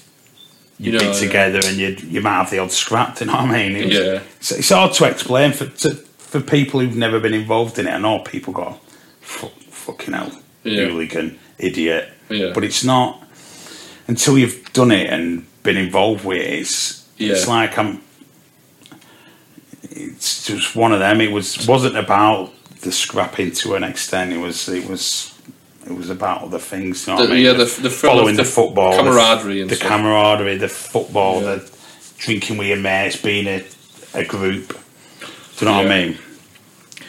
you be know, uh, together and you you might have the odd scrap. Do you know what I mean? It was- Yeah. it's, it's hard to explain for to, for people who've never been involved in it. I know people go, "Fuck- fucking hell, Yeah. hooligan, idiot. Yeah. But it's not until you've done it and been involved with it. It's, it's Yeah. like I'm. It's just one of them. It was wasn't about the scrapping to an extent. It was it was. It was about other things, you know what The- I mean? yeah, the- the thrill following of the, the football, the- camaraderie and the stuff. camaraderie, the football, Yeah. the drinking with your mates, being a, a group. Do you know what Yeah. I mean?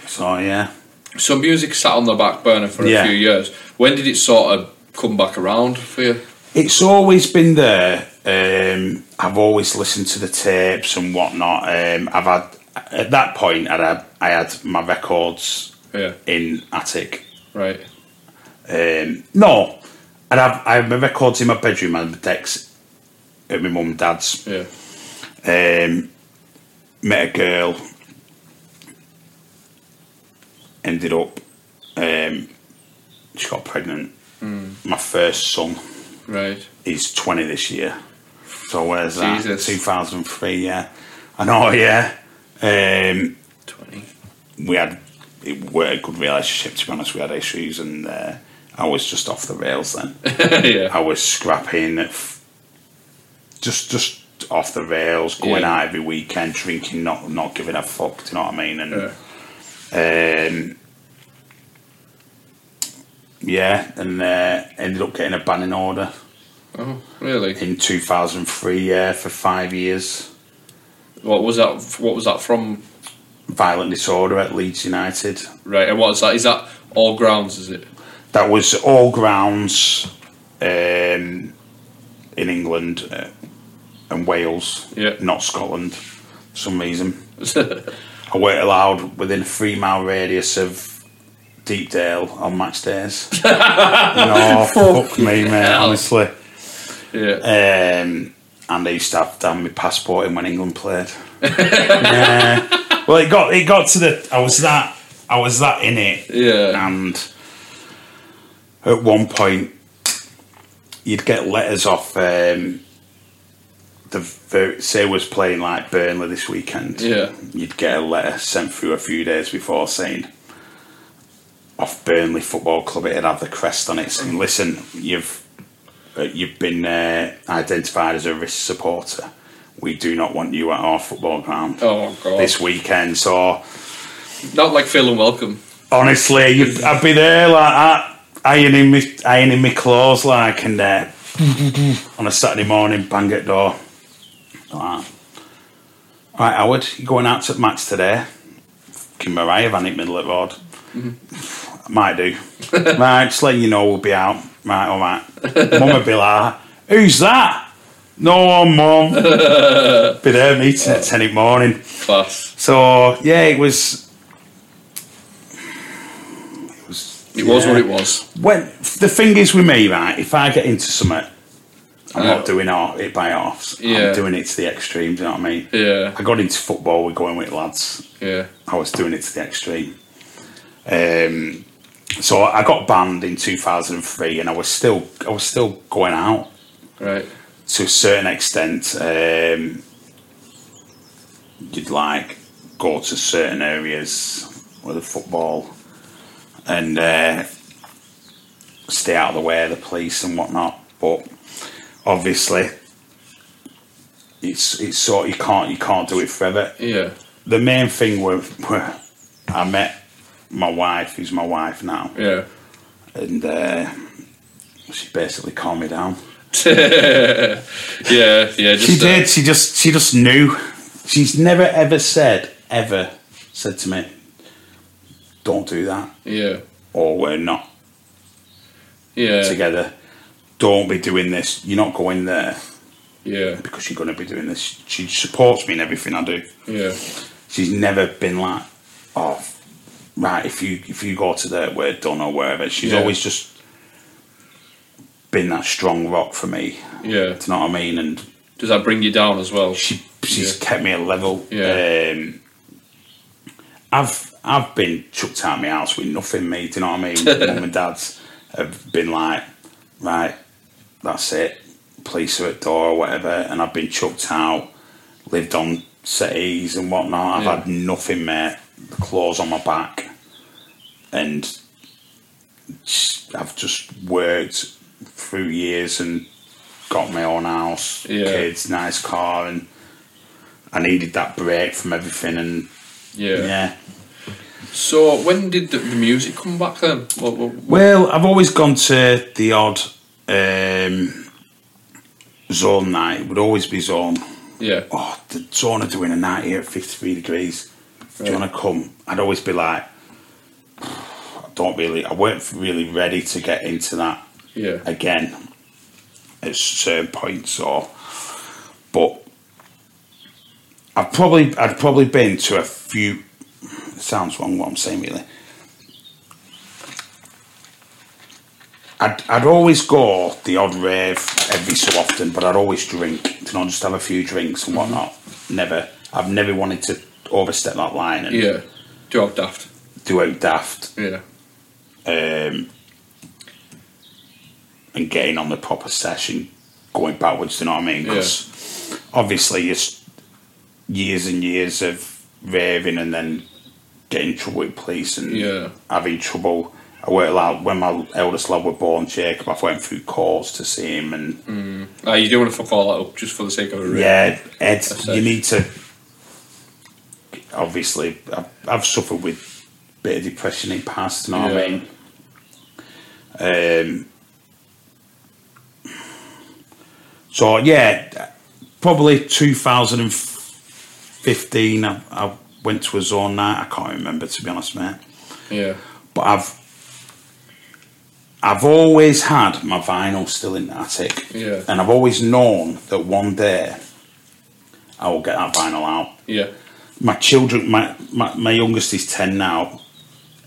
So yeah, So music sat on the back burner for a Yeah. few years. When did it sort of come back around for you? it's always been there. Um, I've always listened to the tapes and whatnot. Um, I've had at that point, I'd had, I had my records Yeah, in attic. right. Um, no, I'd have I have my records in my bedroom and my decks at my mum and dad's. Yeah, um, met a girl, ended up, um, she got pregnant. My first son right. is 20 this year. So where's that? Jesus. 2003, yeah. I know, yeah. Um, Twenty. we had, it were a good relationship, to be honest. We had issues and uh, I was just off the rails then. yeah, I was scrapping, f- just just off the rails, going Yeah. out every weekend, drinking, not not giving a fuck. Do you know what I mean? And yeah, um, yeah, and uh, ended up getting a banning order Oh, really. in 2003. Yeah, for five years, What was that? What was that from? violent disorder at Leeds United. Right, and what is that? Is that all grounds? Is it? That was all grounds um, in England uh, and Wales, Yeah. not Scotland, for some reason. I weren't allowed within a three mile radius of Deepdale on match days. no, fuck me, mate, hell. honestly. yeah. Um, and they used to have to have my passport in when England played. yeah. Well, it got it got to the. I was that. I was that in it. Yeah. And at one point, you'd get letters off. Um, the ver- say was playing like Burnley this weekend. Yeah. You'd get a letter sent through a few days before saying, off Burnley Football Club, it'd have the crest on it saying, "Listen, you've uh, you've been uh, identified as a risk supporter. we do not want you at our football ground Oh god. this weekend. So Not like Phil and Welcome. honestly, you, I'd be there like that, ironing me, ironing me clothes like, and uh, on a Saturday morning, bang at door. Like that. Right, Howard, you going out to the match today? Fucking Mariah Van it middle of the road. Might do. right, just letting you know we'll be out. Right, all right. Mum would be like, who's that? No one, mum. be there meeting at 10 in the morning. Class. So yeah, it was. It was. It was yeah. what it was. When the thing is with me, right? If I get into something, I'm Uh, not doing all, it by halves. Yeah. I'm doing it to the extreme. Do you know what I mean? Yeah. I got into football. We're going with lads. Yeah. I was doing it to the extreme. Um, so I got banned in 2003, and I was still I was still going out Right. to a certain extent, um, you'd like go to certain areas with the football and uh, stay out of the way of the police and whatnot. But obviously, it's it's sort you can't you can't do it forever. Yeah. The main thing were, were I met my wife, who's my wife now, Yeah. and uh, she basically calmed me down. yeah. Yeah. Just, She uh, did. She just she just knew. She's never ever said ever said to me, "Don't do that," Yeah. or "We're not Yeah. together." Don't be doing this. You're not going there Yeah. because you're going to be doing this. She supports me in everything I do. Yeah. She's never been like, "Oh, right." If you if you go to there, we're done or wherever. She's Yeah. always just been that strong rock for me. Yeah. Do you know what I mean? And Does that bring you down as well? she she's Yeah. kept me at level. Yeah. Um, I've I've been chucked out of my house with nothing, mate. Do you know what I mean? Mum and dad's have been like, right, that's it. Police are at door or whatever, and I've been chucked out. Lived on cities and whatnot. I've Yeah. had nothing, mate. The claws on my back, and s- I've just worked through years and got my own house, Yeah. kids, nice car, and I needed that break from everything. And Yeah. yeah, So when did the, the music come back then? What, what, well, I've always gone to the odd um, zone night. It would always be zone. yeah. Oh, the zone are doing a night here at fifty-three degrees. Do you Right. want to come? I'd always be like, I don't really. I weren't really ready to get into that Yeah. again at certain points or but I've probably I'd probably been to a few it sounds wrong what I'm saying really I'd, I'd always go the odd rave every so often but I'd always drink you know just have a few drinks and whatnot never I've never wanted to overstep that line and Yeah. Do out daft. do out daft Yeah. um, and getting on the proper session, going backwards. Do you know what I mean? 'Cause obviously, it's years and years of raving and then getting in trouble with police and Yeah. having trouble. I worked out when my eldest lad were born, Jacob. I went through courts to see him, and Ah, you do want to fuck all that up just for the sake of a rave. yeah, Ed, you it. need to. Obviously, I've, I've suffered with a bit of depression in the past. You know what I Yeah. mean? Um, so yeah, probably 2015. I, I went to a zone night. I can't remember to be honest, mate. Yeah. But I've I've always had my vinyl still in the attic, Yeah. and I've always known that one day I will get that vinyl out. Yeah. My children, my my, my youngest is ten now.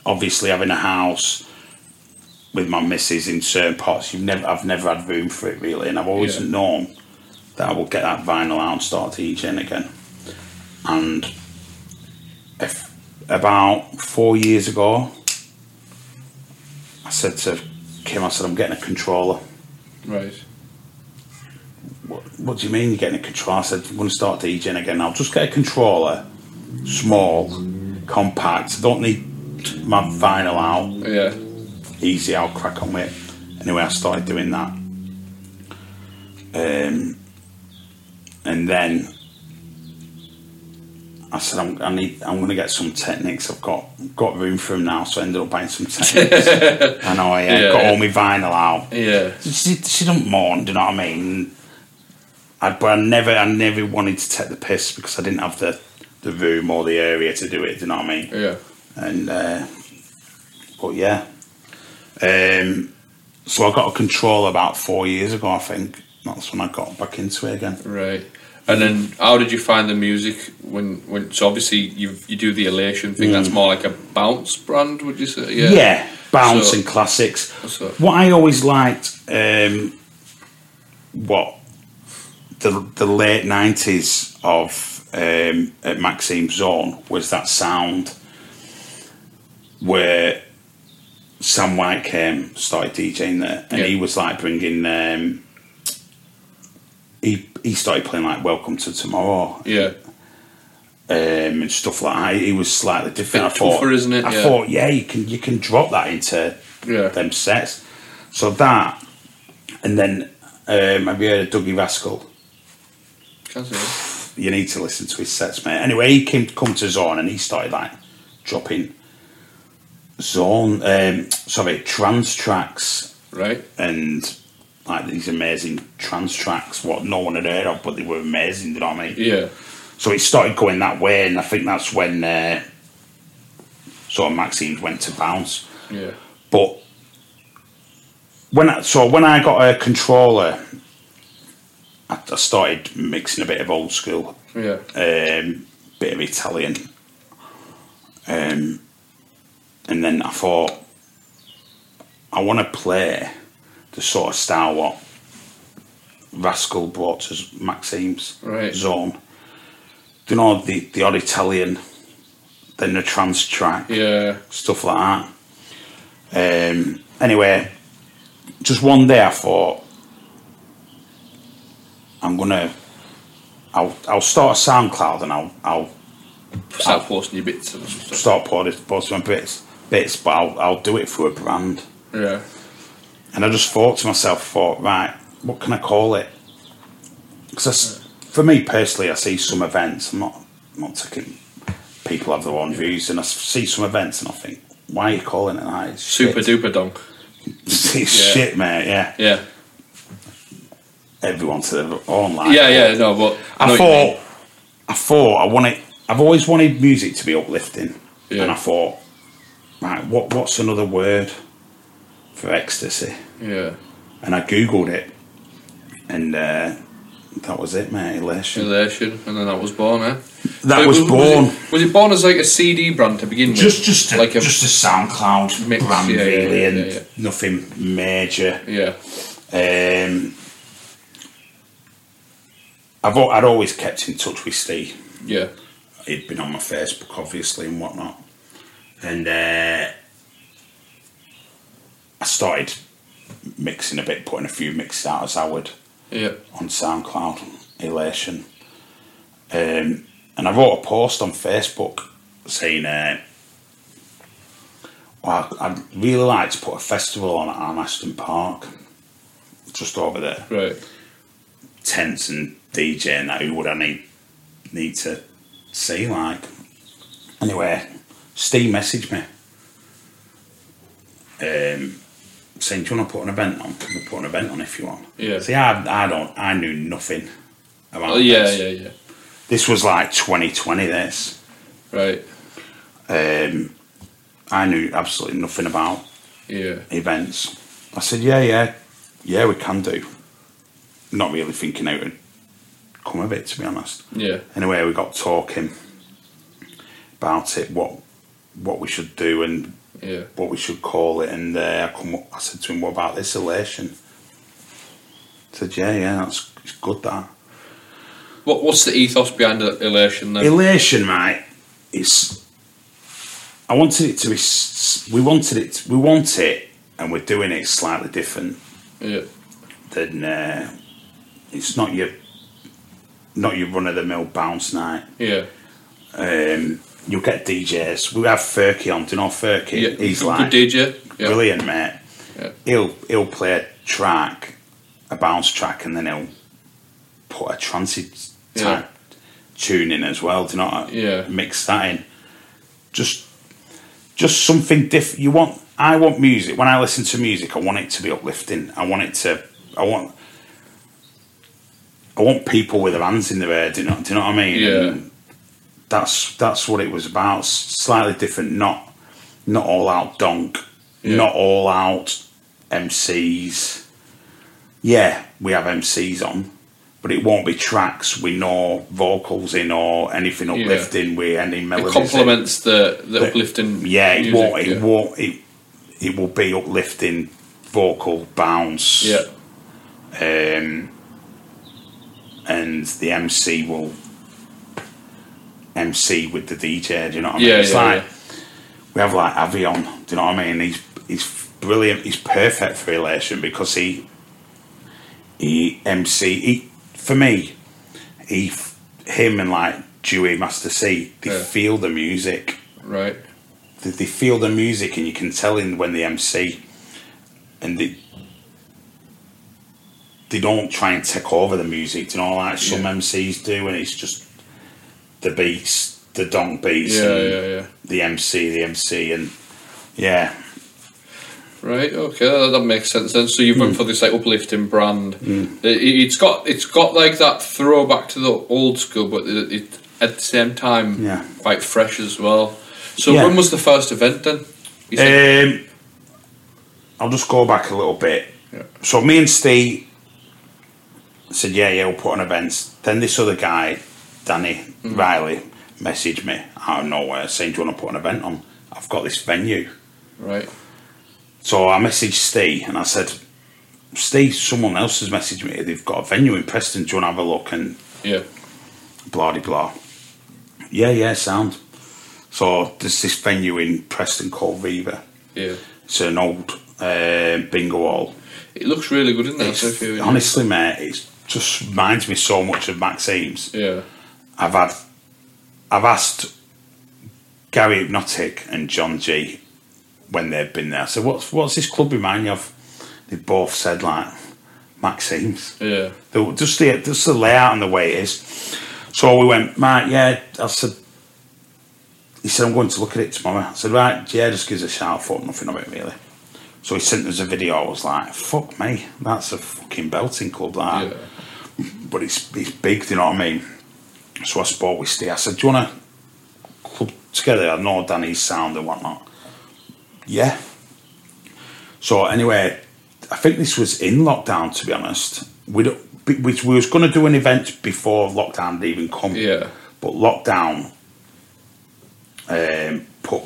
Obviously, having a house with my missus in certain parts, you've never I've never had room for it really, and I've always Yeah. known that I will get that vinyl out and start DJing again. And if, about four years ago, I said to Kim, I said I'm getting a controller. Right. What, what do you mean you're getting a controller? I said, I'm going to start DJing again. I'll just get a controller, small, compact. Don't need my vinyl out. Yeah. Easy, I'll crack on with it. Anyway, I started doing that. Um, and then I said, I'm, I need, I'm going to get some Technics. I've got got room for them now, so I ended up buying some Technics. and I uh, Yeah, got yeah. all my vinyl out. Yeah. She, she don't mourn, do you know what I mean? I, but I never, I never wanted to take the piss because I didn't have the, the room or the area to do it. Do you know what I mean? Yeah. and uh, but yeah. Um, so I got a controller about four years ago, I think. That's when I got back into it again. Right. And then, how did you find the music when when? So obviously you you do the elation thing. That's more like a bounce brand, would you say? Yeah, bounce So- and classics. So- What I always liked, um, what the the late nineties of um, at Maxime's Zone was that sound where Sam White came started DJing there, and Yeah. he was like bringing. Um, he he started playing like Welcome to Tomorrow Yeah. um, and stuff like that. He was slightly different. Bit I thought, tougher, isn't it? I Yeah. thought, yeah, you can you can drop that into Yeah. them sets. So that, and then um, have you heard of Dougie Rascal? Can't say that. You need to listen to his sets, mate. Anyway, he came come to Zorn and he started like dropping Zorn, um, sorry, trance tracks Right. and like these amazing trance tracks, what no one had heard of, but they were amazing. You know what I mean? Yeah. So it started going that way, and I think that's when uh, sort of Maxine's went to bounce. Yeah. But when I, so when I got a controller, I, I started mixing a bit of old school, Yeah. um, bit of Italian, um, and then I thought I want to play the sort of style what Rascal brought to Maxime's Right. zone. Do you know the the odd Italian, then the trance track Yeah. stuff like that. Um, anyway, just one day I thought I'm gonna, I'll I'll start a SoundCloud and I'll I'll Start posting your bits and stuff. start posting posting my bits bits, but I'll I'll do it for a brand. Yeah. And I just thought to myself, thought right, what can I call it? Because for me personally, I see some events. I'm not I'm not taking people have their own views, and I s- see some events and I think, why are you calling it that? It's Super shit. duper donk. It's shit, mate. Yeah, Yeah. everyone to their own life. Yeah. Yeah. No, but I know what you mean. thought, I thought, I wanted. I've always wanted music to be uplifting, Yeah. and I thought, right, what what's another word for ecstasy? Yeah. And I googled it, and uh, that was it, mate. Elation. Elation, and then that was born, eh? That But was born. Was it, was it born as like a CD brand to begin with? Just, just, a, like a just a SoundCloud Mix, brand, yeah, yeah, really, yeah, and yeah. nothing major. yeah, Um, I've al- I'd always kept in touch with Steve. yeah, he'd been on my Facebook obviously and whatnot. And uh, I started mixing a bit, putting a few mixes out as I would yeah, on SoundCloud, Elation. Um, and I wrote a post on Facebook saying, uh, well, I'd- I'd really like to put a festival on at Armaston Park, just over there right, tents and DJ and that, who would I need need to see like? Anyway, Steve messaged me. Um saying, Do you wanna put an event on? Can we put an event on if you want? Yeah. See I I don't I knew nothing about oh, yeah, this. yeah, yeah, This was like twenty twenty this. right, Um I knew absolutely nothing about yeah, events. I said, yeah, yeah, yeah, we can do. Not really thinking out and come of it, to be honest. yeah, Anyway, we got talking about it, what what we should do and yeah, what we should call it. And uh, I, come up, I said to him, what about this elation? I said, yeah, yeah, that's it's good, that. What what's the ethos behind the elation then? Elation, mate, it's... I wanted it to be... s- s- We wanted it... We want it, and we're doing it slightly different. yeah, then uh, it's not your not your run of the mill bounce night. yeah, Um, you'll get DJs. We have Ferky on. Do you know Ferky? yeah, He's good like DJ, yeah, brilliant, mate. Yeah. He'll he'll play a track, a bounce track, and then he'll put a transit Yeah. type tune in as well. Do you know? What I, Yeah. mix that in. Just, just something different. You want? I want music. When I listen to music, I want it to be uplifting. I want it to. I want. I want people with their hands in their air. Do you know? Do you know what I mean? Yeah. And that's that's what it was about. S- Slightly different. Not not all out donk. Yeah. Not all out MCs. Yeah, we have MCs on, but it won't be tracks with no vocals in or anything Yeah. uplifting with any It melodies. in. complements the, the uplifting. Yeah, it music, won't. It yeah. won't. It, it will be uplifting, vocal bounce. Yeah. Um, and the MC will MC with the DJ. Do you know what I mean? Yeah, it's yeah, like yeah. we have like Avion. Do you know what I mean? He's he's brilliant. He's perfect for relation because he he MC. He for me, he f- him and like Dewey Master C. They Yeah. feel the music Right. they, they feel the music and you can tell in when they MC and they they don't try and take over the music, do you know, like some Yeah. MCs do and it's just the beats, the donk beats Yeah, and yeah, yeah. the MC, the MC and yeah. Right. Okay, that, that makes sense then. So you've Hmm. went for this like uplifting brand. It, it's got it's got like that throwback to the old school, but it, it at the same time Yeah. quite fresh as well. So Yeah. when was the first event then? You said- Um, I'll just go back a little bit. Yeah. So me and Steve said, yeah, yeah, we'll put on events. Then this other guy, Danny Riley, messaged me out of nowhere saying, do you want to put an event on? I've got this venue. right. So I messaged Steve and I said, Steve, someone else has messaged me. They've got a venue in Preston. Do you want to have a look? And Yeah. blah de blah. Yeah, yeah, sound. So there's this venue in Preston called Viva. Yeah. It's an old uh, bingo hall. It looks really good, isn't it? So if It's, you- honestly, mate, it just reminds me so much of Maxime's. Yeah. I've had, I've asked Gary Hypnotic and John G when they've been there. So what's what's this club remind you of? They both said like Maxime's. Yeah. The, just the just the layout and the way it is. So we went, Mike. Yeah, I said. He said, "I'm going to look at it tomorrow." I said, "Right, yeah, just gives a shout. Thought nothing of it really." So he sent us a video. I was like, "Fuck me, that's a fucking belting club, that." Yeah. But it's it's big, do you know what I mean? So I spoke with Steve. I said, "Do you want to club together?" I know Danny's sound and whatnot. Yeah. So anyway, I think this was in lockdown. To be honest, we don't- be- we we was going to do an event before lockdown had even come. Yeah. But lockdown um, put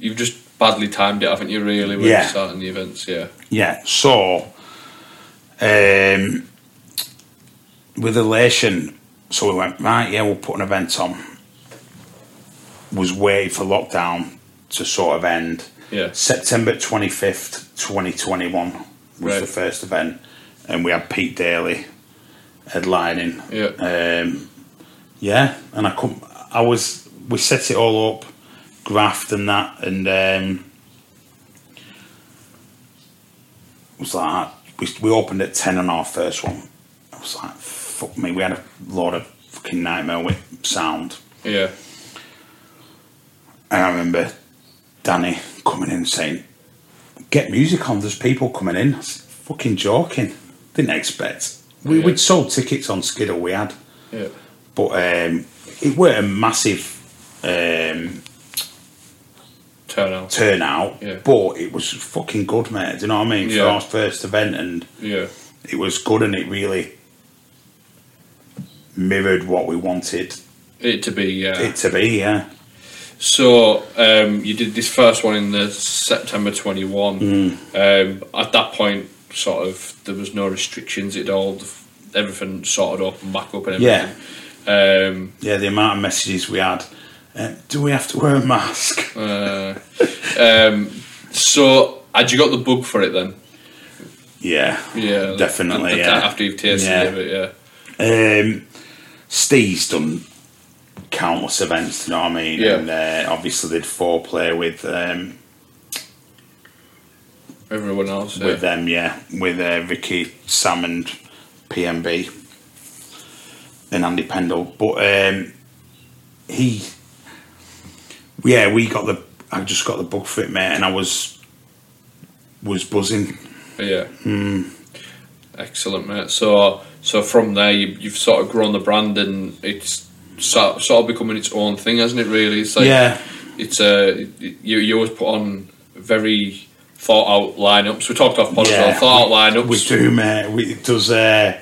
You've just badly timed it, haven't you? Really, when Yeah. you're starting the events. Yeah. yeah. So um, with elation, so we went right. Yeah, we'll put an event on. Was waiting for lockdown to sort of end. Yeah. September 25th, 2021 was Right. the first event, and we had Pete Daly headlining. Yeah. Um, yeah, and I come. I was. We set it all up, graft and that, and um, was like we, we opened at ten on our first one. I was like, fuck me. We had a lot of fucking nightmare with sound. Yeah. And I remember Danny coming in saying, Get music on, there's people coming in. I said, Fucking joking. Didn't expect. We, Yeah. We'd sold tickets on Skidder, we had. Yeah. But um, it weren't a massive um, Turn out. turnout, Yeah. but it was fucking good, mate. Do you know what I mean? For Yeah. our first event, and Yeah. it was good and it really mirrored what we wanted It to be. Yeah. it to be, yeah. So um, you did this first one in the September twenty one. Mm. Um, at that point, sort of there was no restrictions at all. The f- Everything sorted up and back up and everything. Yeah. Um, Yeah, the amount of messages we had. Uh, do we have to wear a mask? uh, um, so had you got the bug for it then? Yeah, Yeah, definitely. at- at- yeah. After you've tasted Yeah. it, yeah, Um, Steve's done countless events. You know what I mean? Yeah. And uh, obviously did foreplay with um, everyone else. Yeah. with them. Yeah, with uh, Ricky Sam and PMB and Andy Pendle. But um, he, yeah, we got the. I just got the bug for it, mate, and I was was buzzing. Yeah. Mm. Excellent, mate. So, so from there, you, you've sort of grown the brand, and it's sort, sort of becoming its own thing, hasn't it? Really, it's like yeah, it's a you, you always put on very thought out lineups. We talked off pod as yeah. well. Thought out lineups. we do, mate. We, it does. Uh,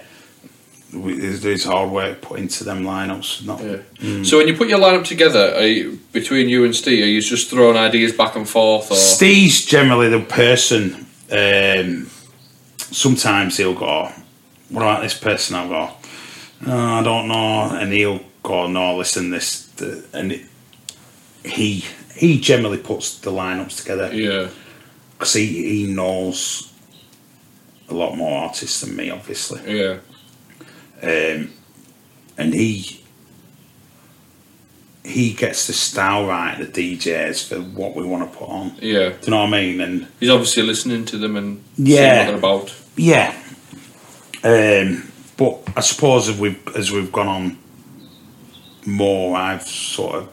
we, there's, there's hard work put into them lineups. Not Yeah. Mm. So when you put your lineup together, are you, between you and Steve, are you just throwing ideas back and forth? Or Steve's generally the person. Um, sometimes he'll go, "What about this person?" I'll go, "No, I don't know," and he'll go, "No, listen, this," th- and it, he he generally puts the lineups together yeah, because he, he knows a lot more artists than me, obviously, yeah, um, and he. He gets the style right, the DJs for what we want to put on. Do yeah. you know what I mean? And He's obviously listening to them and Yeah. seeing what they're about. yeah. Um, but I suppose as we've as we've gone on more, I've sort of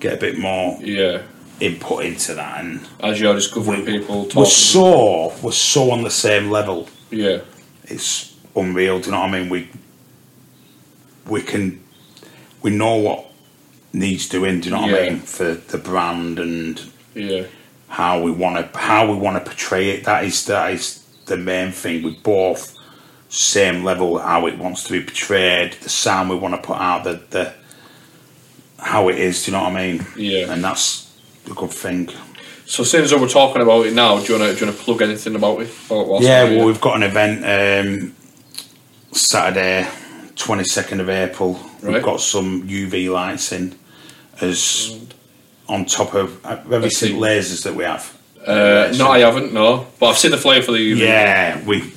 get a bit more Yeah, input into that, and as you're discovering people, talking. we're so we're so on the same level. yeah, It's unreal. Do you know what I mean? We we can we know what needs doing. Do you know what I Yeah. mean for the brand and yeah, how we want to how we want to portray it. That is that is the main thing. We both same level how it wants to be portrayed, the sound we want to put out, the the how it is. Do you know what I mean? Yeah. And that's a good thing. So since we're talking about it now, do you want to do you want to plug anything about it? About what's yeah. happening? Well, we've got an event um, Saturday, twenty second of April. Right. We've got some UV lights in as on top of have you Let's see. seen lasers that we have. uh, no, I haven't. No, but I've seen the flyer for the UV. Yeah, we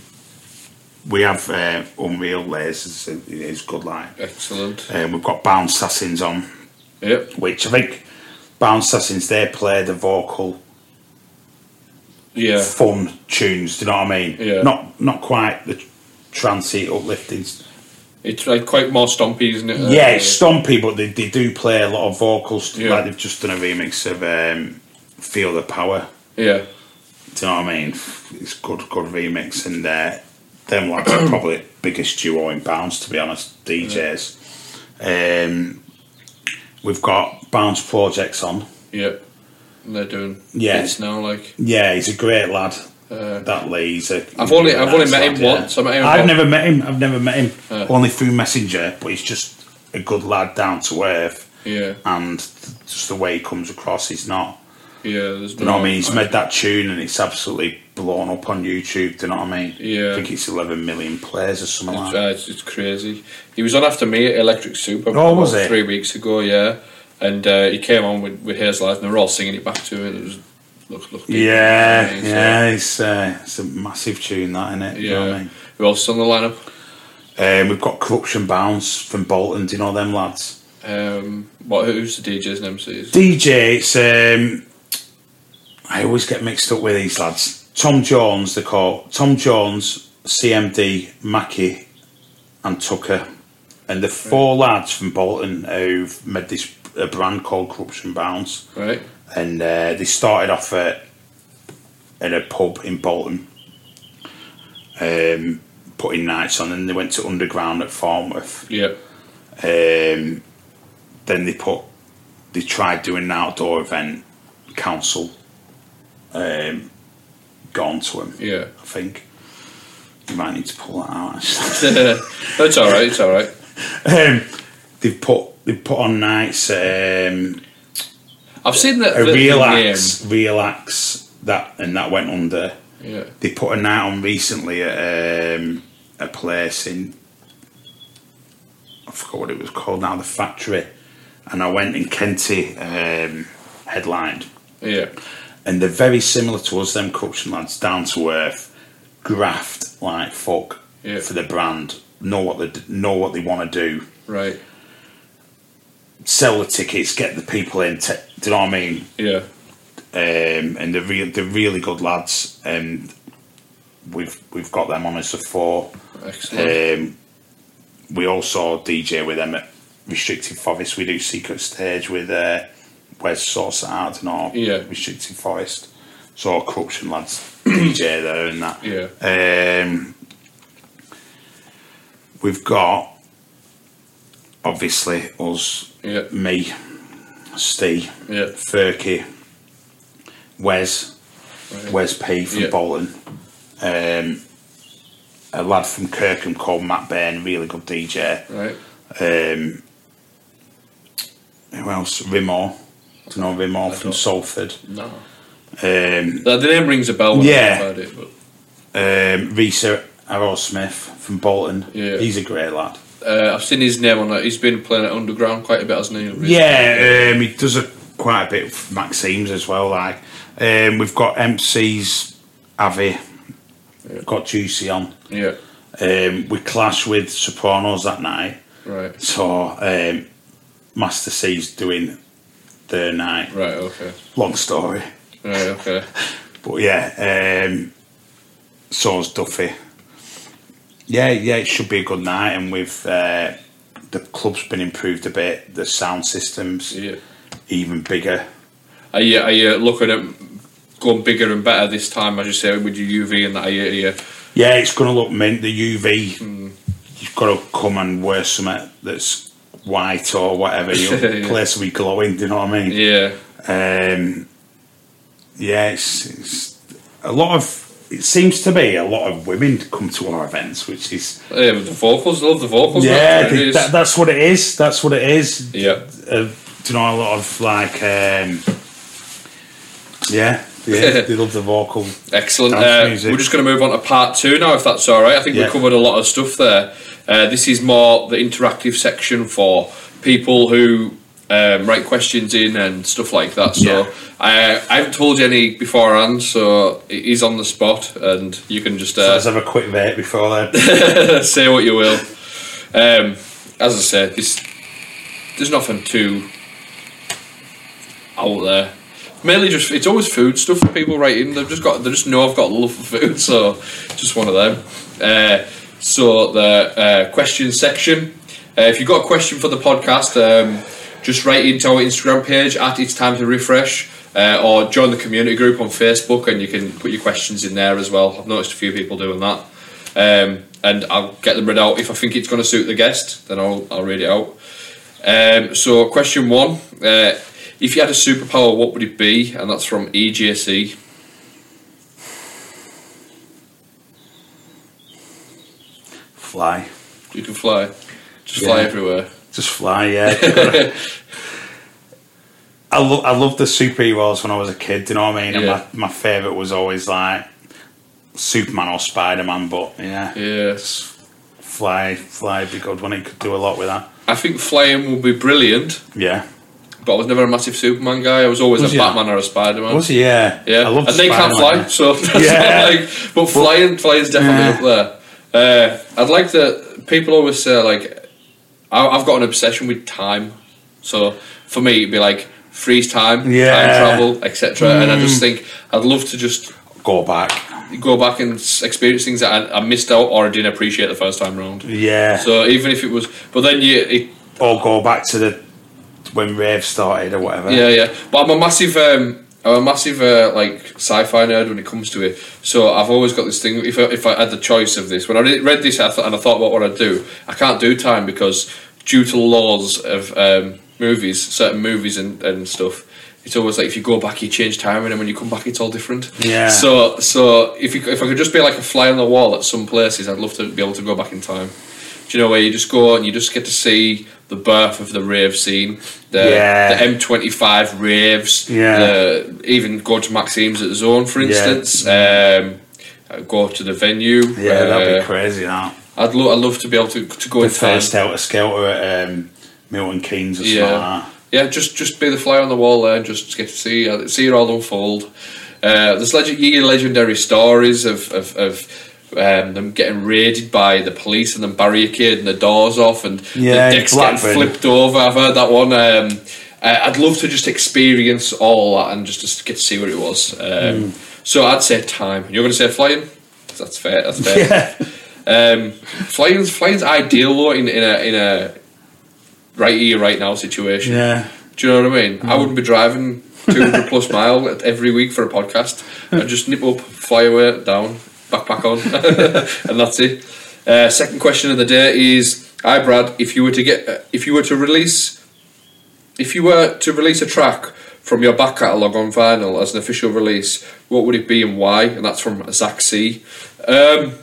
we have uh, Unreal Lasers. It is good light. excellent. Um, we've got Bound Assassins on, Yep. which I think Bound Assassins they play the vocal Yeah. fun tunes. Do you know what I mean? Yeah. Not not quite the trancy uplifting. s- It's like quite more stompy, isn't it? Uh, yeah, it's stompy, but they, they do play a lot of vocals. Yeah. Like they've just done a remix of um, Feel the Power. Yeah. Do you know what I mean? It's good, good remix, and uh, them lads are probably the biggest duo in bounce, to be honest. DJs. Um, we've got Bounce Projects on. Yeah. And they're doing Yeah. bits now, like. Yeah, he's a great lad. Uh, That Lee, he's a. I've only- I've only met him yeah. once, I met him I've once. never met him. I've never met him. Only through Messenger, but he's just a good lad, down to earth, yeah. and th- just the way he comes across, he's not. Yeah. There's no. Do you know what I mean? He's made that tune and it's absolutely blown up on YouTube. Do you know what I mean? Yeah. I think it's 11 million players or something It's, like that. uh, it's, it's crazy. He was on after me at Electric Super. Oh, was about he? Three weeks ago, yeah. And uh, he came on with, with Hair's Life and they were all singing it back to him. It was look, look. Yeah, amazing. yeah, it's, uh, it's a massive tune, that, isn't it? You know what I Yeah. Who else is on the lineup? mean? Um, we've got Corruption Bounce from Bolton. Do you know them lads? Um, what? Who's the DJs and MCs? DJ, it's. Um, I always get mixed up with these lads. Tom Jones, they call Tom Jones, CMD, Mackie, and Tucker. And the four lads from Bolton who've made this a brand called Corruption Bounce. right. and uh, they started off at at a pub in Bolton, um, putting nights on, and they went to underground at Falmouth. Yeah. Um, then they put they tried doing an outdoor event. Council um, gone to them. Yeah. I think you might need to pull that out. actually. That's all right. It's all right. um, they put they put on nights. Um, I've seen that. a the, real the axe, real axe that, and that went under. name. Yeah. They put a night on recently at um, a place in, I forgot what it was called now, the factory, and I went in Kenty um, headlined, Yeah. and they're very similar to us, them corruption lads, down to earth, graft like fuck Yeah. for the brand, know what they d- know what they want to do, Right. sell the tickets, get the people in, t- do you know what I mean? Yeah. um, and they're, real they're really good lads. And we've we've got them on as a four. Excellent. Um, we also DJ with them at restricted forest. We do secret stage with uh, where's source art and all. Yeah. restricted forest. So all corruption lads DJ there and that. Yeah. Um, we've got obviously us, Yeah. me, Steve, Yeah. Furky, Wes, Right. Wes P from Yeah. Bolton, um, a lad from Kirkham called Matt Bairn, really good DJ. Right. Um, who else? Rimo, do you know Rimo from don't. Salford? No. Um, The, the name rings a bell when Yeah. I think about it, but um, Risa Arrowsmith from Bolton. Yeah. He's a great lad. uh, I've seen his name on it. He's been playing at Underground quite a bit, hasn't he? recently? Yeah, um, he does a, quite a bit of Maxime's as well. Like um, we've got MC's Avi, we've got Juicy on. Yeah. Um, we clash with Sopranos that night, Right. so um, Master C's doing their night. Right. Okay. Long story, Right. Okay. but yeah, um, so's Duffy. Yeah, yeah, it should be a good night, and we've uh, the club's been improved a bit. The sound system's Yeah. even bigger. Are you are you looking uh, at going bigger and better this time? I just say with your UV and that. Are you, are you Yeah, it's going to look mint. The UV, you've got to come and wear something that's white or whatever. Your Yeah. place will be glowing. Do you know what I mean? yeah. Um, yeah, it's, it's a lot of. It seems to be a lot of women come to our events, which is Yeah, with the vocals, love the vocals. yeah, that's what it is. that, that's what it is. That's what it is. yeah. Uh, do you know a lot of like, um, yeah, yeah, they love the vocal. Excellent. Dance Uh, music. we're just going to move on to part two now, if that's all right. I think Yeah. we covered a lot of stuff there. Uh, this is more the interactive section for people who um, write questions in and stuff like that. So Yeah. uh, I haven't told you any beforehand, so it is on the spot, and you can just uh, Let's have a quick vape before then. say what you will. Um, as I said, this, there's nothing too out there. Mainly just it's always food stuff that people write in. They've just got they just know I've got a love for food, so just one of them. Uh, so the uh, question section. Uh, if you've got a question for the podcast, um, just write into our Instagram page at it's time to refresh. Uh, or join the community group on Facebook, and you can put your questions in there as well. I've noticed a few people doing that um, and I'll get them read out. If I think it's going to suit the guest, then I'll, I'll read it out. Um, so, question one uh, If you had a superpower, what would it be? And that's from E EJC. Fly. You can fly, just fly Yeah. everywhere. Just fly, yeah. I, lo- I loved the superheroes when I was a kid, do you know what I mean? And Yeah. my, my favourite was always like Superman or Spider Man, but yeah, Yes. fly, fly would be good one. It could do a lot with that. I think flying would be brilliant, Yeah. but I was never a massive Superman guy. I was always Was a you? Batman or a Spider Man. Was it? Yeah. Yeah, I loved and they can't fly, Spider-Man. so that's not Yeah. like, but flying, flying's definitely up there. Uh, I'd like to. People always say like, I, I've got an obsession with time. So for me, it'd be like freeze time, time Yeah. Mm. travel, etc. And I just think I'd love to just Go back. go back and s- experience things that I, I missed out or I didn't appreciate the first time round. Yeah. So even if it was, but then you, it, or go back to the when Rave started or whatever. Yeah, yeah. But I'm a massive, um, I'm a massive uh, like sci-fi nerd when it comes to it. So I've always got this thing. If I, if I had the choice of this, when I re- read this I thought- and I thought about what I'd do, I can't do time because due to laws of um, movies, certain movies and, and stuff. It's always like if you go back, you change time, and then when you come back, it's all different. Yeah. So, so if you, if I could just be like a fly on the wall at some places, I'd love to be able to go back in time. Do you know where you just go and you just get to see the birth of the rave scene, the Yeah. the M25 raves. Yeah. the- even go to Maxime's at the Zone, for instance. Um, uh, go to the venue. Yeah, that'd uh, be crazy, that. I'd, lo- I'd love to be able to, to go The in time. first Outer Skelter at um, Milton Keynes or something um, Yeah. like that. Yeah, just just be the fly on the wall there and just get to see uh, see it all unfold. Uh, there's legend, legendary stories of of, of um, them getting raided by the police and then barricading the doors off and Yeah, the decks Blackburn. getting flipped over. I've heard that one. Um, uh, I'd love to just experience all that and just, just get to see what it was. Um, Hmm. So I'd say time. You're going to say flying? That's fair. That's fair. Um, flying's flying's ideal though in, in a in a right here, right now situation. Yeah. Do you know what I mean? I wouldn't be driving 200 plus mile at- every week for a podcast. I'd just nip up, fly away, down, backpack on, and that's it. Uh, second question of the day is: Hi, Brad. If you were to get, uh, if you were to release, if you were to release a track from your back catalogue on vinyl as an official release, what would it be and why? And that's from Zach C. Um,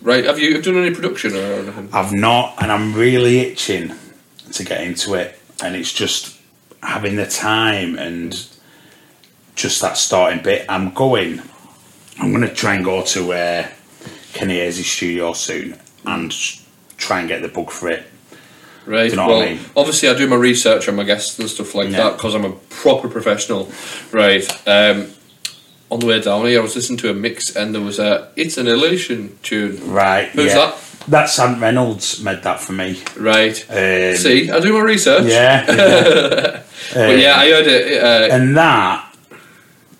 right? Have you done any production or anything? I've not, and I'm really itching to get into it. And it's just having the time and just that starting bit. I'm going. I'm going to try and go to uh, Kenny Hayes' studio soon and try and get the bug for it. Right. Do you know well, what I mean? obviously, I do my research on my guests and stuff like that Yeah. that because I'm a proper professional. Right. Um, on the way down here, I was listening to a mix and there was a "It's an Illusion" tune. Right. Who's yeah. that? That's Sam Reynolds made that for me. Right. Um, See, I do my research. Yeah. yeah. But yeah, I heard it. Uh, and that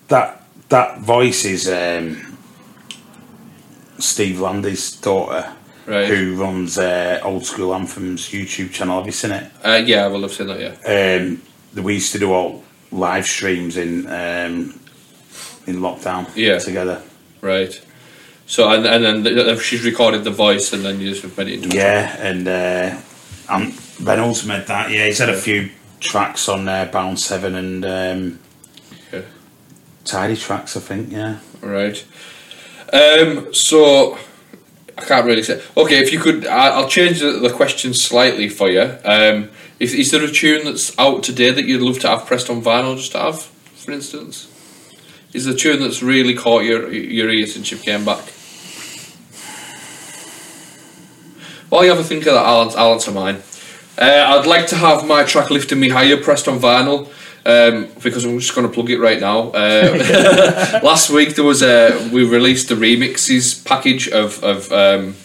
that that voice is um, Steve Landy's daughter, Right. who runs uh, Old School Anthems YouTube channel. Have you seen it? uh, yeah, I will have seen that. Yeah. Um, we used to do all live streams in um, in lockdown Yeah. together. Right. So and and then th- she's recorded the voice and then you just made it into. Yeah, and uh, um, Reynolds made that. Yeah, he's had a few tracks on there, Bound Seven and um, Yeah. Tidy Tracks, I think. Yeah. Right. Um, so I can't really say. Okay, if you could, I, I'll change the, the question slightly for you. Um, if, is there a tune that's out today that you'd love to have pressed on vinyl, just to have, for instance? Is there a tune that's really caught your your ear since you came back? While you have a think of that, I'll, I'll answer mine. Uh, I'd like to have my track "Lifting Me Higher" pressed on vinyl um, because I'm just going to plug it right now. Uh, last week there was a we released the remixes package of of um,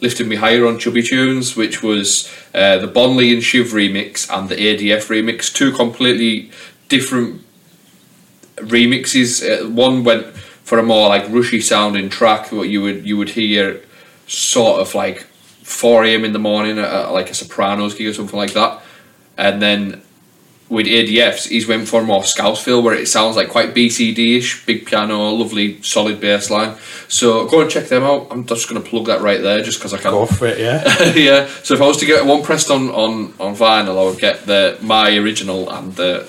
"Lifting Me Higher" on Chubby Tunes, which was uh, the Bonley and Shiv remix and the ADF remix, two completely different remixes. Uh, one went for a more like rushy sounding track, what you would you would hear sort of like 4 a.m. in the morning, at, at, like a Sopranos gig or something like that. And then with ADFs, he's went for more Scouseville, where it sounds like quite BCD ish, big piano, lovely solid bass line. So go and check them out. I'm just going to plug that right there just because I can. Go for it. Yeah. yeah. So if I was to get one pressed on, on, on vinyl, I would get the my original and the.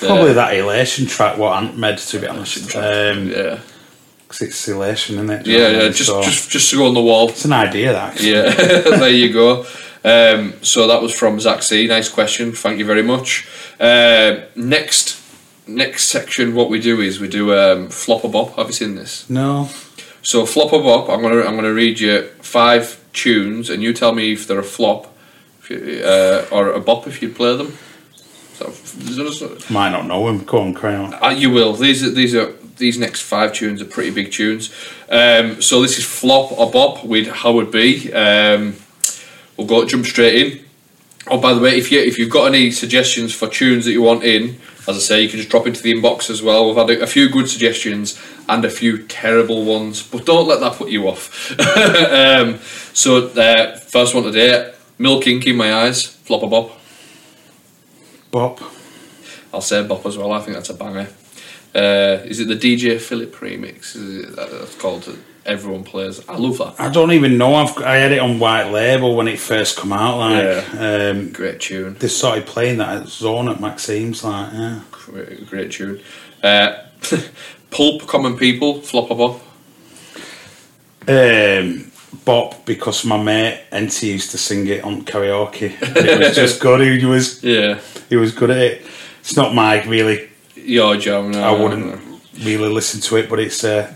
the Probably that elation track, what Ant made, to be honest. Um, Yeah. 'cause it's elation, isn't it? Yeah, yeah, Um, just, so- just just to go on the wall. It's an idea, that. actually. Yeah, there you go. Um, so that was from Zach C. Nice question. Thank you very much. Uh, next, next section. What we do is we do um, flop a bop. Have you seen this? No. So flop a bop. I'm gonna I'm gonna read you five tunes, and you tell me if they're a flop, if you, uh, or a bop if you play them. So, is there a- Might not know him. Go on, cry on. uh, you will. These are these are these next five tunes are pretty big tunes. Um, so this is flop or bop with Howard B. Um, we'll go jump straight in. Oh, by the way, if you if you've got any suggestions for tunes that you want in, as I say, you can just drop into the inbox as well. We've had a, a few good suggestions and a few terrible ones, but don't let that put you off. um, so uh, first one today, Milk Ink in my eyes, flop a bop. Bob. I'll say Bop as well. I think that's a banger. Uh, is it the DJ Philip remix? Is it, that- that's called Everyone Plays. I love that. I don't even know. I've, I had it on White Label when it first come out. Like, um, Great tune. they started playing that at Zone at Maxime's. Like, yeah. Great, great tune. Uh, Pulp, Common People, Flop a Bop. Um, Bop, because my mate NT used to sing it on karaoke. It was just good. He was Yeah. he was good at it. It's not my really. Your jam. No, I no, wouldn't no. really listen to it, but it's. Uh,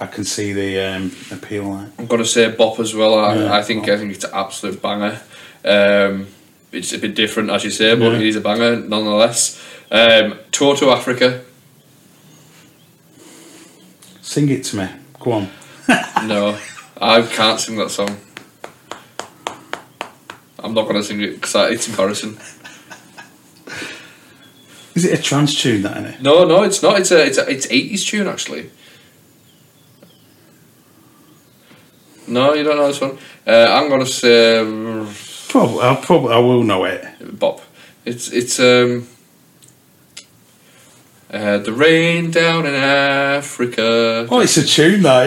I can see the um, appeal. Like. I'm gonna say Bop as well. I, Yeah, I think I think it's an absolute banger. Um, it's a bit different, as you say, but Yeah. it is a banger nonetheless. Um, Toto Africa. Sing it to me. Go on. No, I can't sing that song. I'm not going to sing it because it's embarrassing. Is it a trance tune that in it? No, no, it's not. It's a it's a, it's 80s tune actually. No, you don't know this one. Uh, I'm going to say mm, Probably, I'll probably, I will know it. Bob. It's it's um uh, the rain down in Africa. Oh, it's a tune, that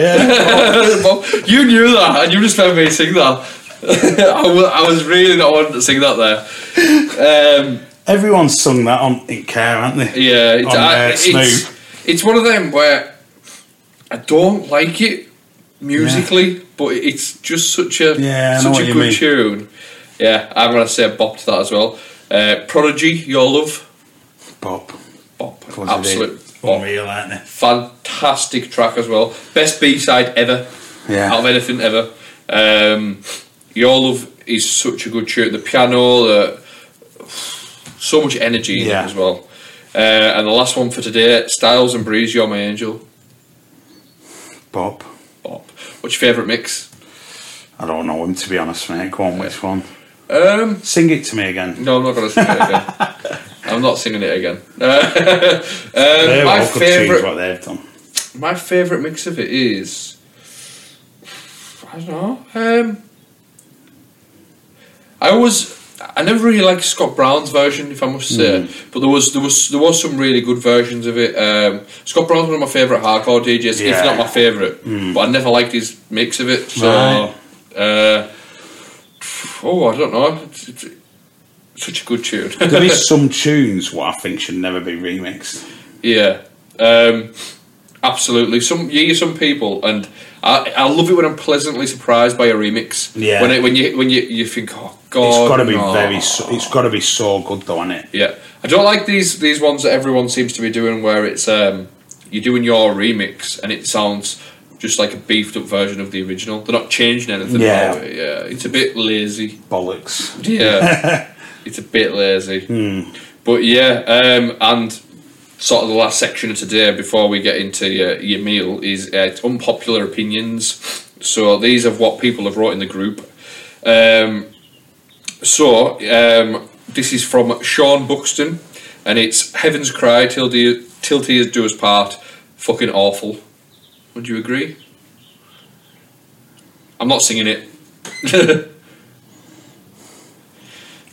yeah. Bob, you knew that, and you just made me sing that. I, wa- I was really not wanting to sing that there. Um, Everyone's sung that on in care, haven't they? yeah, it's, on, I- uh, Snoop. it's it's one of them where I don't like it musically, but it's just such a Yeah, I such know what a you good mean. tune. Yeah, I'm gonna say bop to that as well. Uh, Prodigy, your love, Bob, bop, of course it absolute is. bop. unreal, aren't they? fantastic track as well. Best B side ever, out of Yeah, anything ever. Um, Your Love is such a good tune. The piano, the, so much energy in Yeah. it as well. Uh, and the last one for today, Styles and Breeze, You're My Angel. Bob. Bop. What's your favourite mix? I don't know him to be honest, mate. Go on, which one? Um, Sing it to me again. no, I'm not going to sing it again. I'm not singing it again. Uh, um, They're my all good tunes, favourite, what they've done. my favourite mix of it is, I don't know. Um, I always, I never really liked Scott Brown's version, if I must say. Mm. But there was, there was, there was some really good versions of it. Um, Scott Brown's one of my favourite hardcore DJs, Yeah. Mm. if not my favourite. But I never liked his mix of it. So, Right. uh, oh, I don't know. It's, it's, it's such a good tune. there is some tunes what I think should never be remixed. Yeah, um, absolutely. Some you hear some people, and I, I love it when I'm pleasantly surprised by a remix. Yeah. When it, when you when you you think, oh god, It's got to be no." very. So, it's got to be so good though, isn't it? Yeah, I don't like these these ones that everyone seems to be doing, where it's um, you're doing your remix and it sounds just like a beefed up version of the original. They're not changing anything. Yeah. about it. yeah. It's a bit lazy. Bollocks. Yeah, it's a bit lazy. But yeah, um, and sort of the last section of today before we get into your, your meal is uh, it's unpopular opinions. So these are what people have wrote in the group. Um, so um, this is from Sean Buxton, and it's Heaven's Cry till the till tears do us part. Fucking awful. Would you agree? I'm not singing it.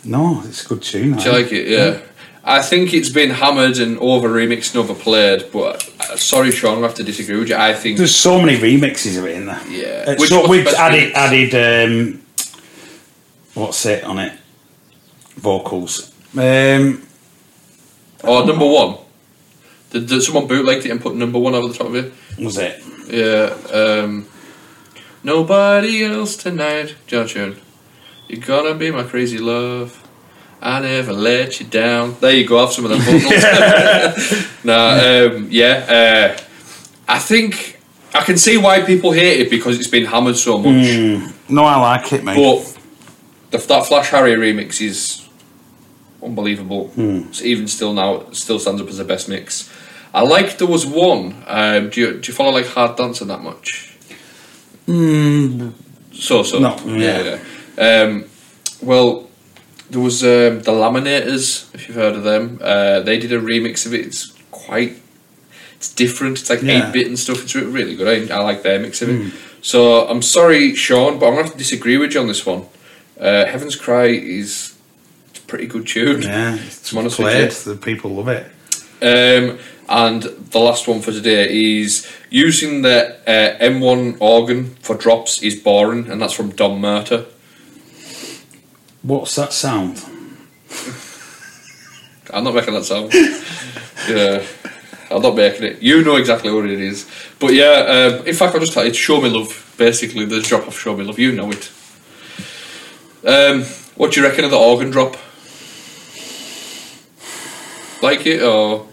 No, it's a good tune. that Do you like it? Yeah. I think it's been hammered and over remixed and overplayed, but uh, sorry, Sean, I have to disagree with you. I think There's so many remixes of it in there. Yeah. Uh, Which so was we've the best added remix? added um, what's it on it? Vocals. Um, or number one. Did, did someone bootlegged it and put number one over the top of it? was it? Yeah. Um, Nobody else tonight, Joshua. You're gonna be my crazy love. I never let you down. There you go. Have some of them vocals. nah, um, yeah. Uh, I think I can see why people hate it because it's been hammered so much. Hmm. No, I like it, mate. But the, that Flash Harry remix is unbelievable. It's even still now, it still stands up as the best mix. I like there was one. Um, do you do you follow like Hard Dancing that much? Hmm. So so. No, yeah. yeah. yeah. Um, well, there was um, the Laminators. If you've heard of them, uh, they did a remix of it. It's quite. It's different. It's like eight Yeah. Hmm. bit and stuff. It's re- really good. I, I like their mix of it. So I'm sorry, Sean, but I'm gonna have to disagree with you on this one. Uh, Heaven's Cry is it's a pretty good tune. yeah, it's I'm honest with played. The people love it. Um, and the last one for today is using the uh, M1 organ for drops is boring, and that's from Don Murta. What's that sound? I'm not making that sound. yeah, I'm not making it. You know exactly what it is. But yeah, um, in fact, I'll just tell you, it's Show Me Love, basically, the drop off Show Me Love. You know it. Um, what do you reckon of the organ drop? Like it, or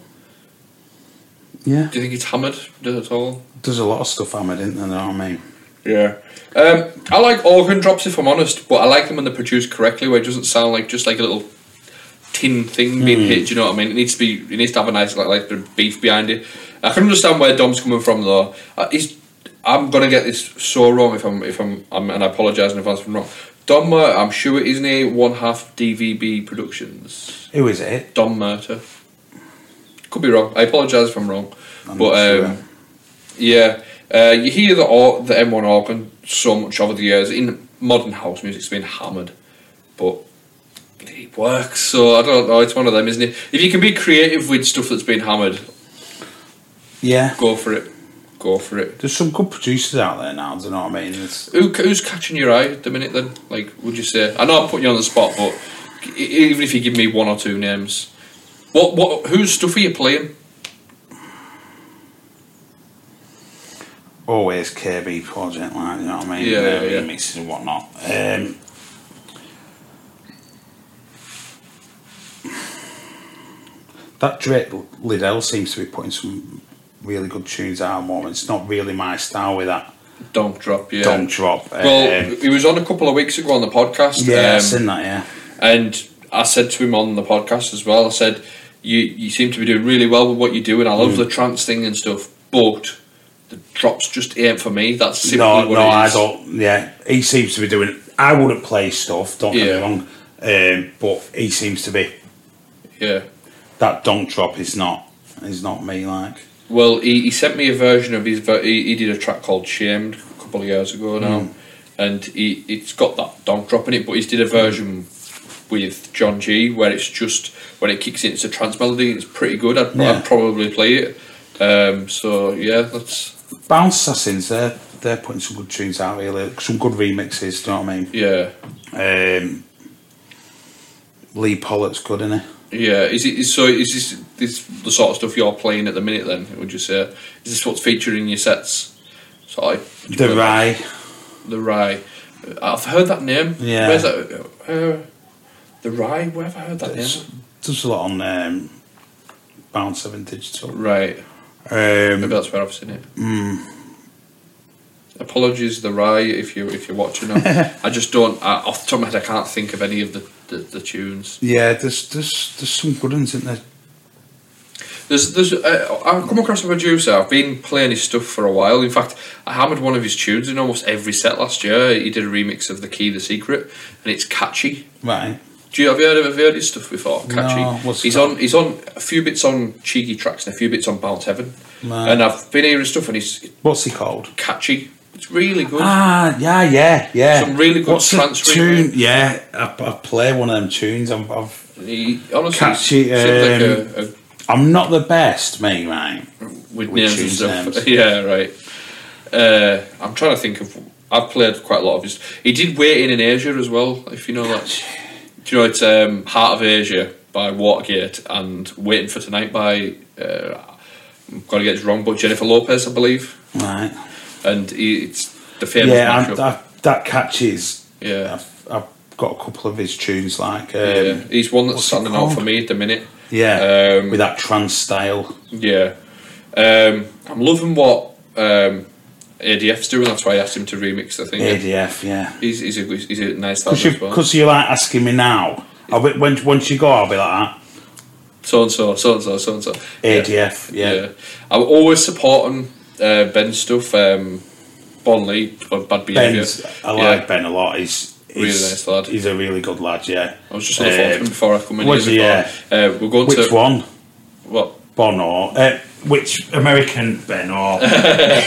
Yeah, do you think it's hammered at all? there's a lot of stuff hammered in there. Know what I mean? Yeah. Um, I like organ drops if I'm honest, but I like them when they're produced correctly, where it doesn't sound like just like a little tin thing Hmm. being hit. Do you know what I mean? It needs to be. It needs to have a nice like like the beef behind it. I can understand where Dom's coming from though. Uh, he's, I'm gonna get this so wrong if I'm if I'm, I'm and I apologise in advance if I'm wrong. Dom, Murta, I'm sure it isn't a one half DVB Productions. Who is it? Dom Murta. Could be wrong. I apologise if I'm wrong, I'm but not sure. um, yeah, uh, you hear the or- the M1 organ so much over the years in modern house music's been hammered, but it works. So I don't know. It's one of them, isn't it? If you can be creative with stuff that's been hammered, Yeah. go for it. Go for it. There's some good producers out there now, do you know what I mean? It's, Who, who's catching your eye at the minute? Then, like, would you say? I know I'm putting you on the spot, but e- even if you give me one or two names, what what whose stuff are you playing? always KB project, like you know what I mean? Yeah, yeah, yeah. Remixes and whatnot. Um, that Drake Liddell seems to be putting some really good tunes out. at the moment. It's not really my style with that. Don't drop. Yeah. Don't drop. Well, um, he was on a couple of weeks ago on the podcast. yeah, I've um, seen that. Yeah, And I said to him on the podcast as well, I said, you, you seem to be doing really well with what you do, and I Mm. love the trance thing and stuff, but the drops just ain't for me. That's simply no, what no, it I is. don't. Yeah, he seems to be doing. I wouldn't play stuff. Don't get Yeah. me wrong, um, but he seems to be Yeah. that. Don't drop is not is not me like. Well, he, he sent me a version of his. Ver- he, he did a track called Shamed a couple of years ago now, Mm. and he it's got that donk drop in it, but he's did a version with John G where it's just when it kicks in, it's a trance melody. It's pretty good. I'd, Yeah. I'd probably play it. Um, so yeah, that's Bounce Assassins, they're they're putting some good tunes out really, some good remixes. Do you know what I yeah. mean? Um, Lee Pollett's good, isn't he? Yeah, is it is- so? Is this this the sort of stuff you're playing at the minute? Then would you say is this what's featured in your sets? Sorry, The Rye, the Rye. I've heard that name. Yeah. where's that? Uh, the Rye. Where have I heard that there's, name? there's a lot on um, Bounce Seven Digital. Right, maybe Um, that's where I've seen it. Hmm. Apologies, the Rye, if you if you're watching. I, I just don't. I, off the top of my head, I can't think of any of the the, the tunes. yeah, there's there's there's some good ones in there. There's, there's, uh, I've come across a producer. I've been playing his stuff for a while. In fact, I hammered one of his tunes in almost every set last year. He did a remix of "The Key, The Secret," and it's catchy. Right. Do you have you heard of have you heard his stuff before? Catchy. No, what's he's that? on. He's on a few bits on cheeky tracks and a few bits on Bounce Heaven. Right. And I've been hearing stuff, and he's What's he called? catchy. It's really good. Ah, yeah, yeah, yeah. Some really good What's the trance tune? remix. Yeah, I, I play one of them tunes. I'm I've, He, honestly, Catchy, um, seems like a, a I'm not the best, mate. Right. with With names and tunes stuff. names. yeah, right. Uh, I'm trying to think of. I've played quite a lot of his. He did Waiting in Asia as well, if you know that. Do you know it's um, Heart of Asia by Watergate and Waiting for Tonight by. Uh, I'm gonna get this wrong, but Jennifer Lopez, I believe, Right. and he, it's the famous yeah, mashup. and I, that catches. Yeah. I've, I've got a couple of his tunes like um, yeah, yeah, he's one that's what's it standing out for called? me at the minute. Um, with that trance style. Yeah. Um, I'm loving what um, ADF's doing. That's why I asked him to remix the thing. ADF, yeah. He's, he's, a, he's a nice lad Because you as well. because you're like asking me now. I'll be, when once you go, I'll be like that. So and so, so and so, so and so. ADF, yeah. I'm always supporting uh, Ben's stuff. Um, Bon Lee of Bad Behaviour. Ben's, I like Ben a lot. He's, he's Really nice lad. He's a really good lad. Yeah. I was just on the phone to him Um, before I come in. was here he, before. Uh, we're going Which to one? what Bono. Uh, which American Ben or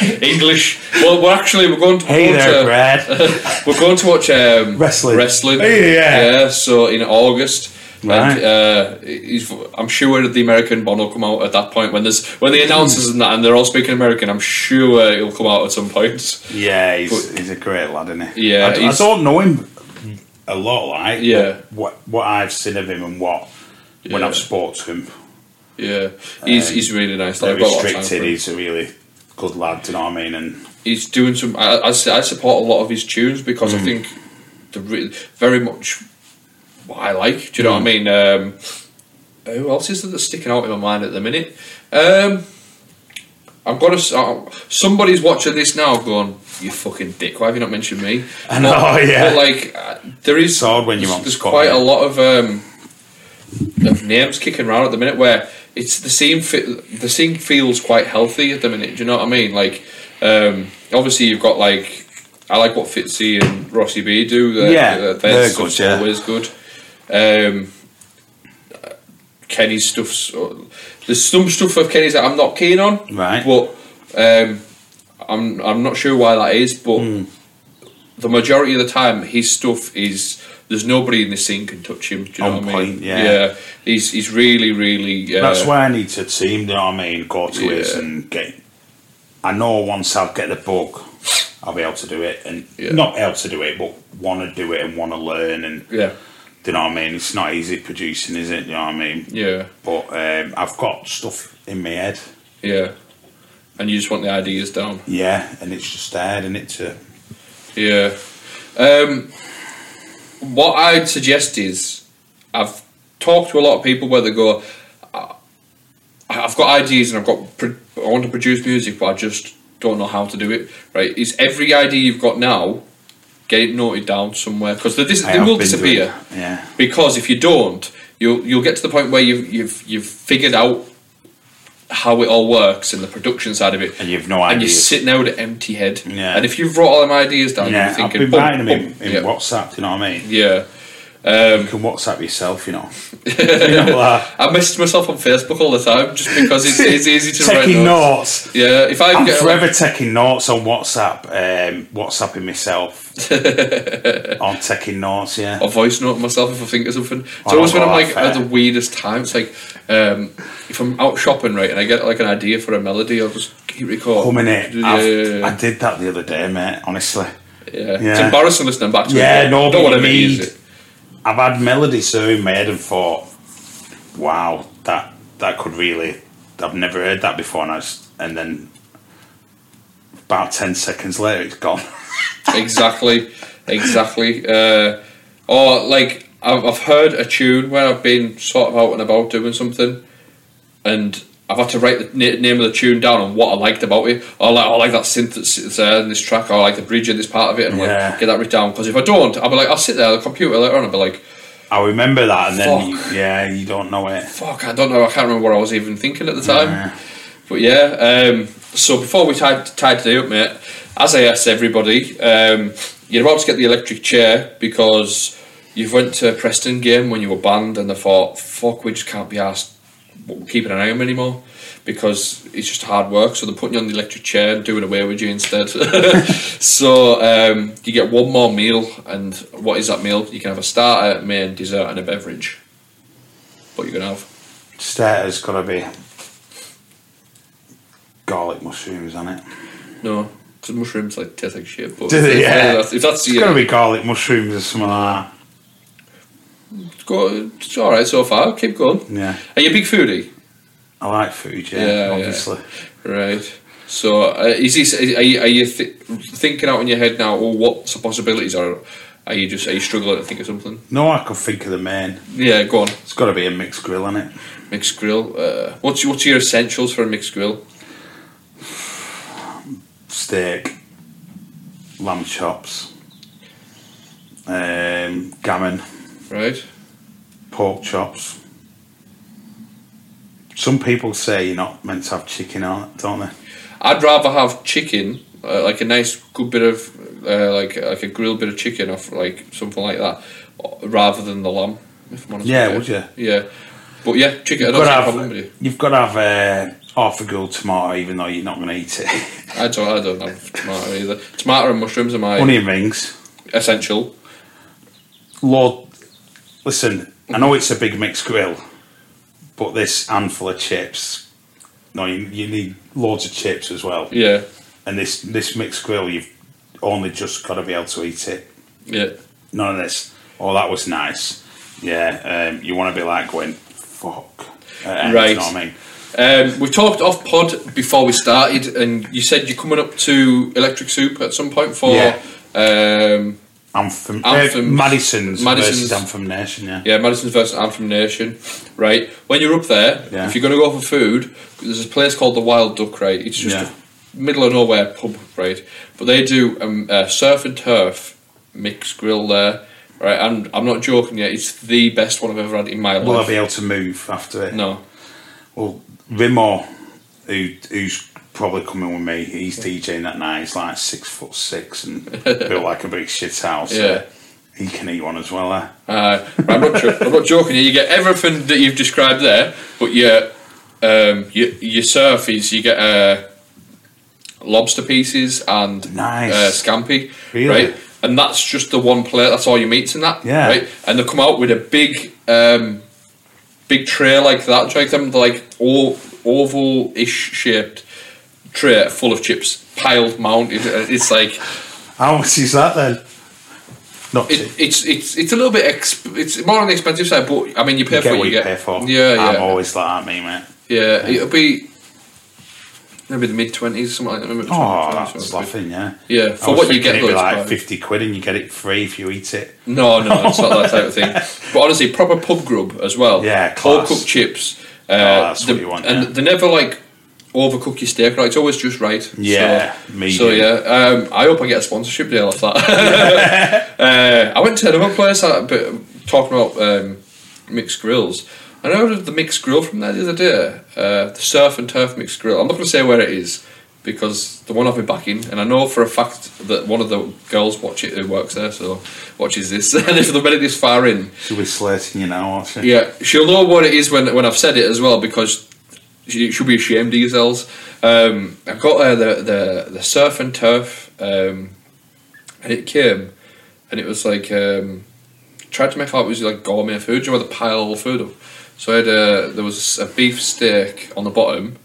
English? well, we're actually we're going to Hey we're going there, to- Brad. We're going to watch um, Wrestling. Wrestling. Hey, yeah. So in August. Right. And, uh, he's, I'm sure the American Bond will come out at that point when there's when the announcers Hmm. and that and they're all speaking American. I'm sure it'll come out at some point. Yeah, he's, he's a great lad, isn't he? Yeah, I d- I, he's- don't know him a lot, like. but Yeah. What what I've seen of him and what when Yeah. I've spoke to him, Yeah, he's Um, he's really nice. Like, very I've got a lot of time for restricted. him. He's a really good lad. Do you know what I mean? And he's doing some. I, I, s- I support a lot of his tunes because Mm. I think the re- very much what I like. Do you know what Mm. I mean? Um, who else is there that's sticking out in my mind at the minute? Um, I'm gonna. s- uh, Somebody's watching this now, going, "You fucking dick! Why have you not mentioned me?" I know, yeah. But like, uh, there is. It's hard when you're there's- on There's spot, quite a yeah. lot of. Um, of names kicking around at the minute where it's the scene fe- the scene feels quite healthy at the minute do you know what I mean like um, obviously you've got like I like what Fitzy and Rossi B do Their- Yeah, their, they're their stuff's good, yeah. always good um, uh, Kenny's stuff's there's some stuff of Kenny's that I'm not keen on Right. but um, I'm, Hmm. I'm not sure why that is but the majority of the time his stuff is there's nobody in the scene can touch him. Do you know On what I mean? point, yeah. he's he's really really. Uh, That's why I need to team, you know what I mean? Go to it Yeah. and get. I know once I'll get the bug, I'll be able to do it. And Yeah. not able to do it, but want to do it and want to learn. And yeah, do you know what I mean? It's not easy producing, is it? You know what I mean? yeah, But um, I've got stuff in my head, yeah. And you just want the ideas down. yeah, and it's just there, and it's a. Yeah. Um, what I'd suggest is I've talked to a lot of people where they go, "I- I've got ideas and I've got pro- I want to produce music, but I just don't know how to do it. Right? Is every idea you've got now get it noted down somewhere because they, dis- I they have will been doing disappear. that, yeah. Because if you don't, you'll you'll get to the point where you've you've you've figured out how it all works and the production side of it, And you've no and you're ideas. sitting there with an empty head. Yeah. And if you've wrote all them ideas down, Yeah, you're I've thinking, been "Boom, writing them in, boom." in yeah. WhatsApp, you know what I mean? Yeah. You can WhatsApp yourself, you know. you know uh, like, I message myself on Facebook all the time just because it's, it's easy to write taking notes. notes. Yeah, if I I'm get forever taking notes on WhatsApp, um, WhatsApping myself. I'm taking notes, yeah. a voice note myself if I think of something. It's Oh, always when I'm oh, like at fair. the weirdest time. It's like um, if I'm out shopping right and I get like an idea for a melody, I'll just keep recording. Coming in. Yeah, I've- I yeah, did that the other day, mate, honestly. yeah. It's yeah. embarrassing listening back to Yeah, it. no, don't but want to you use need- it. I've had melodies through made and thought, wow, that that could really. I've never heard that before, and, I was, and then about 10 seconds later, it's gone. exactly, exactly. Uh, or like I've, I've heard a tune when I've been sort of out and about doing something, and I've had to write the na- name of the tune down and what I liked about it. Or like, I like that synth that's that's there in this track. Or I like the bridge in this part of it, and Yeah. like get that written down. Because if I don't, I'll be like, I'll sit there at the computer later on. I'll be like, I remember that, and then, you, Fuck. yeah, you don't know it. fuck, I don't know. I can't remember what I was even thinking at the time. Yeah. But yeah, um, so before we tie, tie today up, mate, as I asked everybody, um, you're about to get the electric chair because you went to a Preston game when you were banned and they thought, fuck, we just can't be asked keeping an eye on him anymore because it's just hard work. So they're putting you on the electric chair and doing away with you instead. so um, you get one more meal, and what is that meal? You can have a starter, main, dessert, and a beverage. What you gonna have? Starter's got to be garlic mushrooms on it. No, because mushrooms like taste like shit. But Do they? if, Yeah. that's, if that's It's your- got to be garlic mushrooms or something like that. Go, it's all right so far. Keep going. Yeah, Are you a big foodie? I like food. Yeah, Yeah, yeah. obviously. Right. So uh, is this? Are you, are you th- thinking out in your head now? Or what's the possibilities? Or are you just are you struggling to think of something? No, I could think of the main. Yeah, go on. It's got to be a mixed grill on it. Mixed grill. Uh, what's what's your essentials for a mixed grill? Steak, lamb chops, um, gammon, Right. pork chops. Some people say you're not meant to have chicken on it, don't they? I'd rather have chicken, uh, like a nice good bit of uh, like like a grilled bit of chicken off like something like that, or- rather than the lamb. If I'm honest Yeah, with would you? Yeah. But yeah, chicken. I You've don't see a got problem to with it. have, you've got to have uh, half a grilled tomato, even though you're not going to eat it. I don't. I don't have tomato either. Tomato and mushrooms are my Onion rings. essential. Lord, listen, I know it's a big mixed grill, but this handful of chips. No, you, you need loads of chips as well. Yeah, And this this mixed grill, you've only just got to be able to eat it. yeah, None of this. Oh, that was nice. Yeah, um, you want to be like going, fuck. at ends, Right. You know what I mean? Um, we talked off pod before we started, and you said you're coming up to Electric Soup at some point for. Yeah. Um, Anthem. Anthems. Uh, Madison's, Madison's. versus Anthem Nation, yeah. yeah, Madison's versus Anthem Nation, right? When you're up there, Yeah. if you're going to go for food, there's a place called the Wild Duck, right? It's just Yeah. a middle of nowhere pub, right? But they do um, uh, surf and turf mixed grill there, right? And I'm not joking yet; it's the best one I've ever had in my life. Will I be able to move after it? no, Well, Rimo, who, who's probably coming with me, he's DJing that night. He's like six foot six and built like a big shit house. Yeah. He can eat one as well. Eh? Uh, I'm, not jo- I'm not joking. You get everything that you've described there, but your um, your, your surf is you get uh, lobster pieces and Nice. uh, scampi, Really? right? and that's just the one plate. That's all your meats in that. Yeah. Right, and they come out with a big, um, big tray like that. Do you like them? They're like o- oval-ish shaped tray full of chips piled, mounted. It's like How much is that then? Not cheap. it, it's it's it's a little bit exp- it's more on the expensive side, but I mean you pay You for get what you get. pay for. Yeah, yeah. I'm always like that, me, mate. Yeah, it'll be maybe the mid twenties, something like that. Maybe Oh, 20s, that's something. laughing, yeah. Yeah, I for what was you thinking get, it'd though, be it's like quite- fifty quid, and you get it free if you eat it. No, no, it's not that type of thing. But honestly, proper pub grub as well. Yeah, cold class. Oh, cooked chips. Uh, that's the- what you want, And yeah. they never like overcook your steak. Right, it's always just right. Yeah, so, medium. So yeah, um, I hope I get a sponsorship deal off that. uh, I went to another place uh, but talking about um, mixed grills. and I ordered the mixed grill from there the other day. Uh, the surf and turf mixed grill. I'm not going to say where it is because the one I've been backing, and I know for a fact that one of the girls watch it who works there, so watches this. and if they've made it this far in, She'll be slating you now, won't she? yeah, she'll know what it is when when I've said it as well because she should be ashamed of yourselves. Um, I got uh, the the the surf and turf, um, and it came, and it was like um, tried to make out it was like gourmet food. You know, where they pile all the food up. So I had uh, there was a beef steak on the bottom,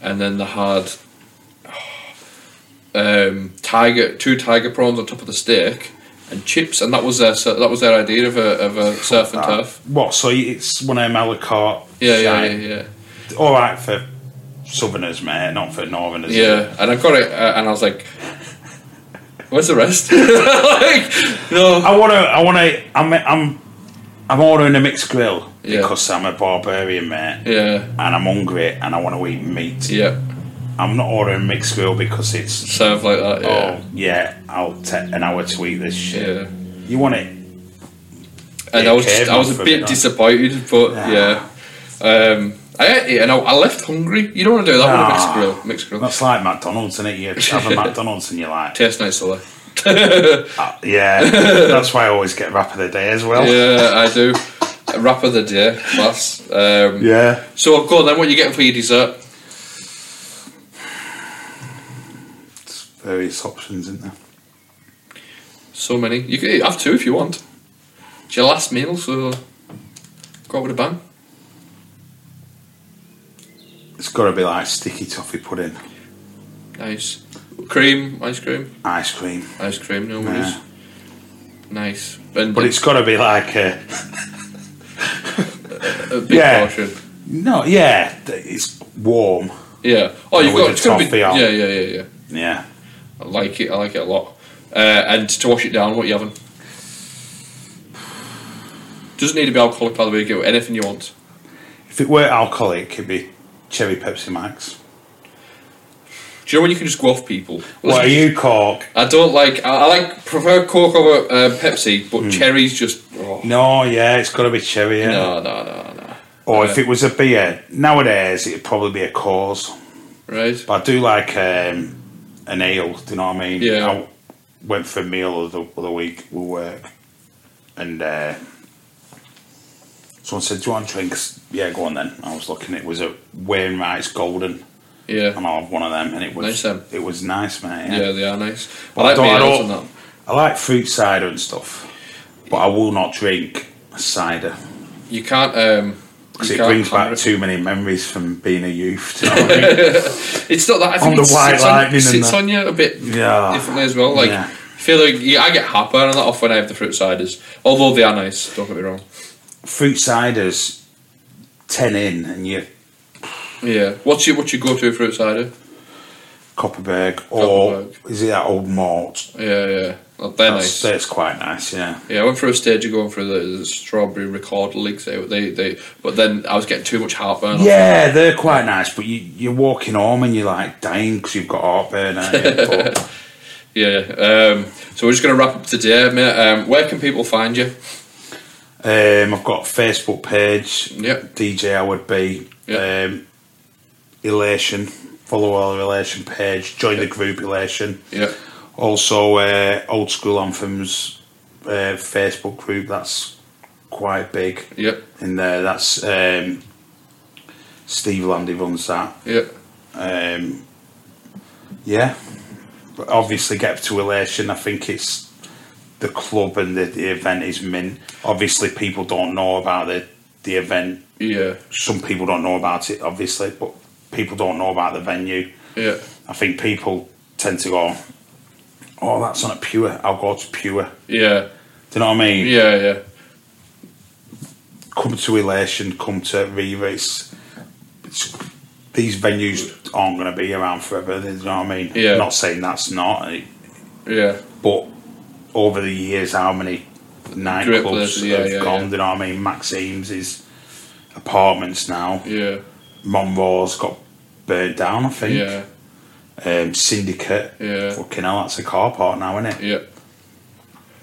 and then they had um, tiger two tiger prawns on top of the steak. And chips, and that was their sur- that was their idea of a, of a surf and Uh, turf. What? So it's one of them aliquot. Yeah, yeah, shite. yeah, yeah. All right for southerners, mate, not for northerners. Yeah, and I got it, uh, and I was like, "Where's the rest?" like, no. I want to. I want to. I'm. I'm. I'm ordering a mixed grill Yeah. because I'm a barbarian, mate, Yeah, and I'm hungry and I want to eat meat. yeah. I'm not ordering mixed grill because it's. Sounds like that. Yeah, Oh yeah, I'll take an hour to eat this shit. yeah. You want it? And Yeah, I was, caveman I was for a a bit bit, disappointed, but yeah. Um, I ate it, and I, I left hungry. You don't want to do that with a mixed Ah. grill. Mixed grill That's like McDonald's, isn't it? You have a McDonald's and you're like, tastes nice though. "Ah, yeah. That's why I always get wrap of the day as well. Yeah, I do. Wrap of the day, class. Um, Yeah. So go on then. What you getting for your dessert? It's various options, isn't there? So many. You can have two if you want. It's your last meal, so go out with a bang. It's got to be like sticky toffee pudding, Nice. Cream, ice cream, ice cream, ice cream, no worries. Yeah. Nice. And but it's got to be like a a big yeah. portion. no, yeah. th- It's warm. Yeah. Oh, And you've with got the it's gonna be toffee yeah, on. yeah, yeah, yeah. Yeah. I like it. I like it a lot. Uh, and to wash it down, what you having? Doesn't need to be alcoholic, by the way. You can get anything you want. If it were alcoholic, it'd be cherry Pepsi Max. Do you know when you can just go off people? What are you, Cork? I don't like. I I like prefer Coke over uh, Pepsi, but cherries just. Oh, No, yeah, it's got to be cherry. Hmm. Yeah. no, no, no, no. Or if it was a beer, nowadays it'd probably be a cause. Right? But I do like um, an ale, do you know what I mean? Yeah. I went for a meal the other week with work and uh, someone said, Do you want drinks? Yeah, go on then. I was looking, it was a Wainwright's Golden and Yeah. I'll have one of them and it was Nice, them. it was nice, mate. Yeah, they are nice. I Well, I like don't- I beers don't- and that. I like fruit cider and stuff, but I will not drink cider. You can't. Um, Because you it can't brings back hammer it. too many memories from being a youth. Do you know what I mean? It's not that. I think the it white sits on, lightning and sits that. on you a bit Yeah. differently as well. Like, Yeah. I feel like yeah, I get heartburn a lot off when I have the fruit ciders. Although they are nice. Don't get me wrong. fruit ciders, ten in, and you Yeah. What's your what's your go to fruit cider? Copperberg, or Copperberg. is it that old malt? Yeah, yeah. Well, they're That's, nice. that's quite nice, yeah. Yeah, I went through a stage of going through the, the strawberry record leagues. They, they, they, but then I was getting too much heartburn. Yeah, they're quite nice, but you, you're walking home and you're like dying because you've got heartburn. aren't you? But Yeah. Um, so we're just going to wrap up today, mate. Um, where can people find you? um, I've got a Facebook page, Yep. DJ Howard B, Yep. um, Elation, follow our Elation page, join the group Elation. Yeah. Also, uh, Old School Anthems uh, Facebook group, that's quite big. Yeah. in there. uh, That's um, Steve Landy runs that. Yeah. Um, yeah, but obviously get to elation. I think it's the club and the, the event is mint. Obviously, people don't know about the, the event. Yeah. Some people don't know about it, obviously, but people don't know about the venue. Yeah. I think people tend to go, oh, that's not pure. I'll go to pure. Yeah. Do you know what I mean? Yeah. Yeah. Come to Elation, come to Riva. It's, it's, these venues aren't going to be around forever. Do you know what I mean? Yeah. Not saying that's not, it- Yeah. but over the years, how many Great nightclubs places, yeah, have yeah, gone? yeah. Do you know what I mean? Maxime's is apartments now. Yeah. Monroe's got burnt down, I think. Yeah. Um, Syndicate. Yeah. Fucking hell, that's a car park now, isn't it? Yeah.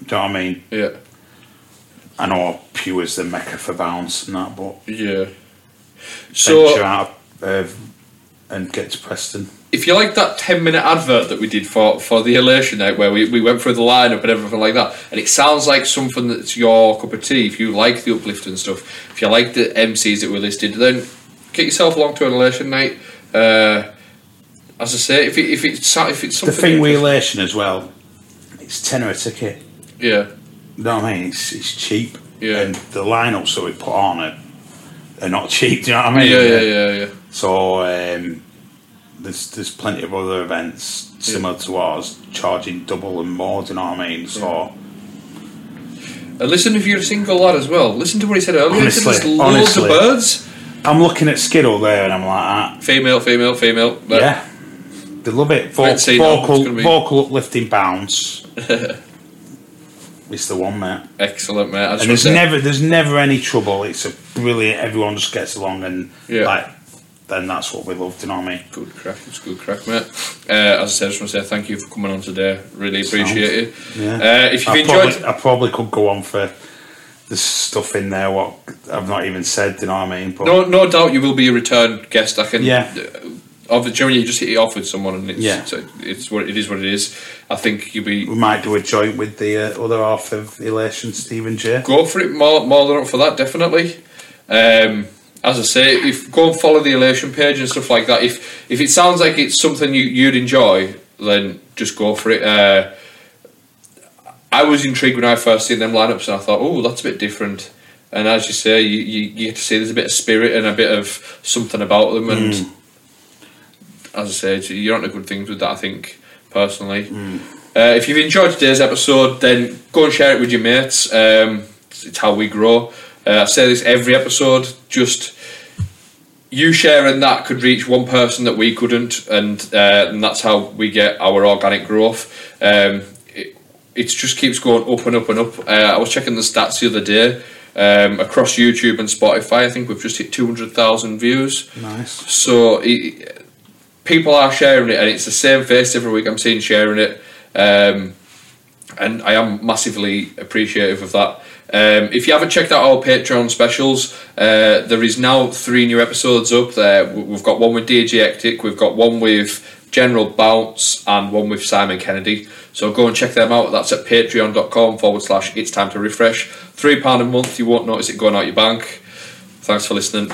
Do you know what I mean? Yeah. I know Pure's the mecca for bounce and that, but Yeah. venture So out of, uh, and get to Preston. if you like that ten minute advert that we did for for the elation night where we, we went through the lineup and everything like that, and it sounds like something that's your cup of tea, if you like the uplift and stuff, if you like the MCs that were listed, then get yourself along to an elation night. Uh, as I say, if it, if it's so- if it's The something thing with interest- Elation as well, it's tenner a ticket. yeah You know what I mean? It's, it's cheap. Yeah. And the lineups that we put on are, are not cheap, do you know what I mean? yeah yeah yeah yeah So um, there's there's plenty of other events similar to ours charging double and more. Do you know what I mean? So And listen, if you're a single lad as well, listen to what he said earlier. He said Honestly, There's loads honestly. of birds. I'm looking at Skittle there, and I'm like, ah, Female, female, female. But yeah, they love it. Vo- I'd say no, it's vocal, gonna be- vocal uplifting bounce. it's the one, mate. Excellent, mate. I just And want there's to say, never there's never any trouble. It's a brilliant. Everyone just gets along, and Yeah. like then that's what we love. Do you know what I mean? good crack. It's good crack, mate. Uh, as I said, I just want to say thank you for coming on today. Really appreciate it. Yeah. Uh, if you've I enjoyed, probably, I probably could go on for the stuff in there what I've not even said. Do you know what I mean? But no, no doubt you will be a return guest. I can. Yeah. Of the journey, you just hit it off with someone, and it's Yeah. so it's what it is. What it is. I think you'll be we might do a joint with the uh, other half of Elation, Stephen J. go for it more, more than up for that definitely um, as I say if go and follow the elation page and stuff like that if if it sounds like it's something you, you'd enjoy then just go for it uh, I was intrigued when I first seen them lineups and I thought oh that's a bit different and as you say you, you, you get to see there's a bit of spirit and a bit of something about them and as I said you're onto good things with that I think personally uh, if you've enjoyed today's episode, then go and share it with your mates. Um, it's it's how we grow. Uh, I say this every episode. Just you sharing that could reach one person that we couldn't, and, uh, and that's how we get our organic growth. Um, it, it just keeps going up and up and up. Uh, I was checking the stats the other day um, across YouTube and Spotify. I think we've just hit two hundred thousand views. Nice. So it, people are sharing it, and it's the same face every week. I'm seeing sharing it, um, and I am massively appreciative of that. Um, if you haven't checked out our Patreon specials, uh, there is now three new episodes up there. W- We've got one with DJ Ectic, we've got one with General Bounce, and one with Simon Kennedy. So go and check them out. That's at patreon.com forward slash it's time to refresh. £3 a month, you won't notice it going out your bank. Thanks for listening.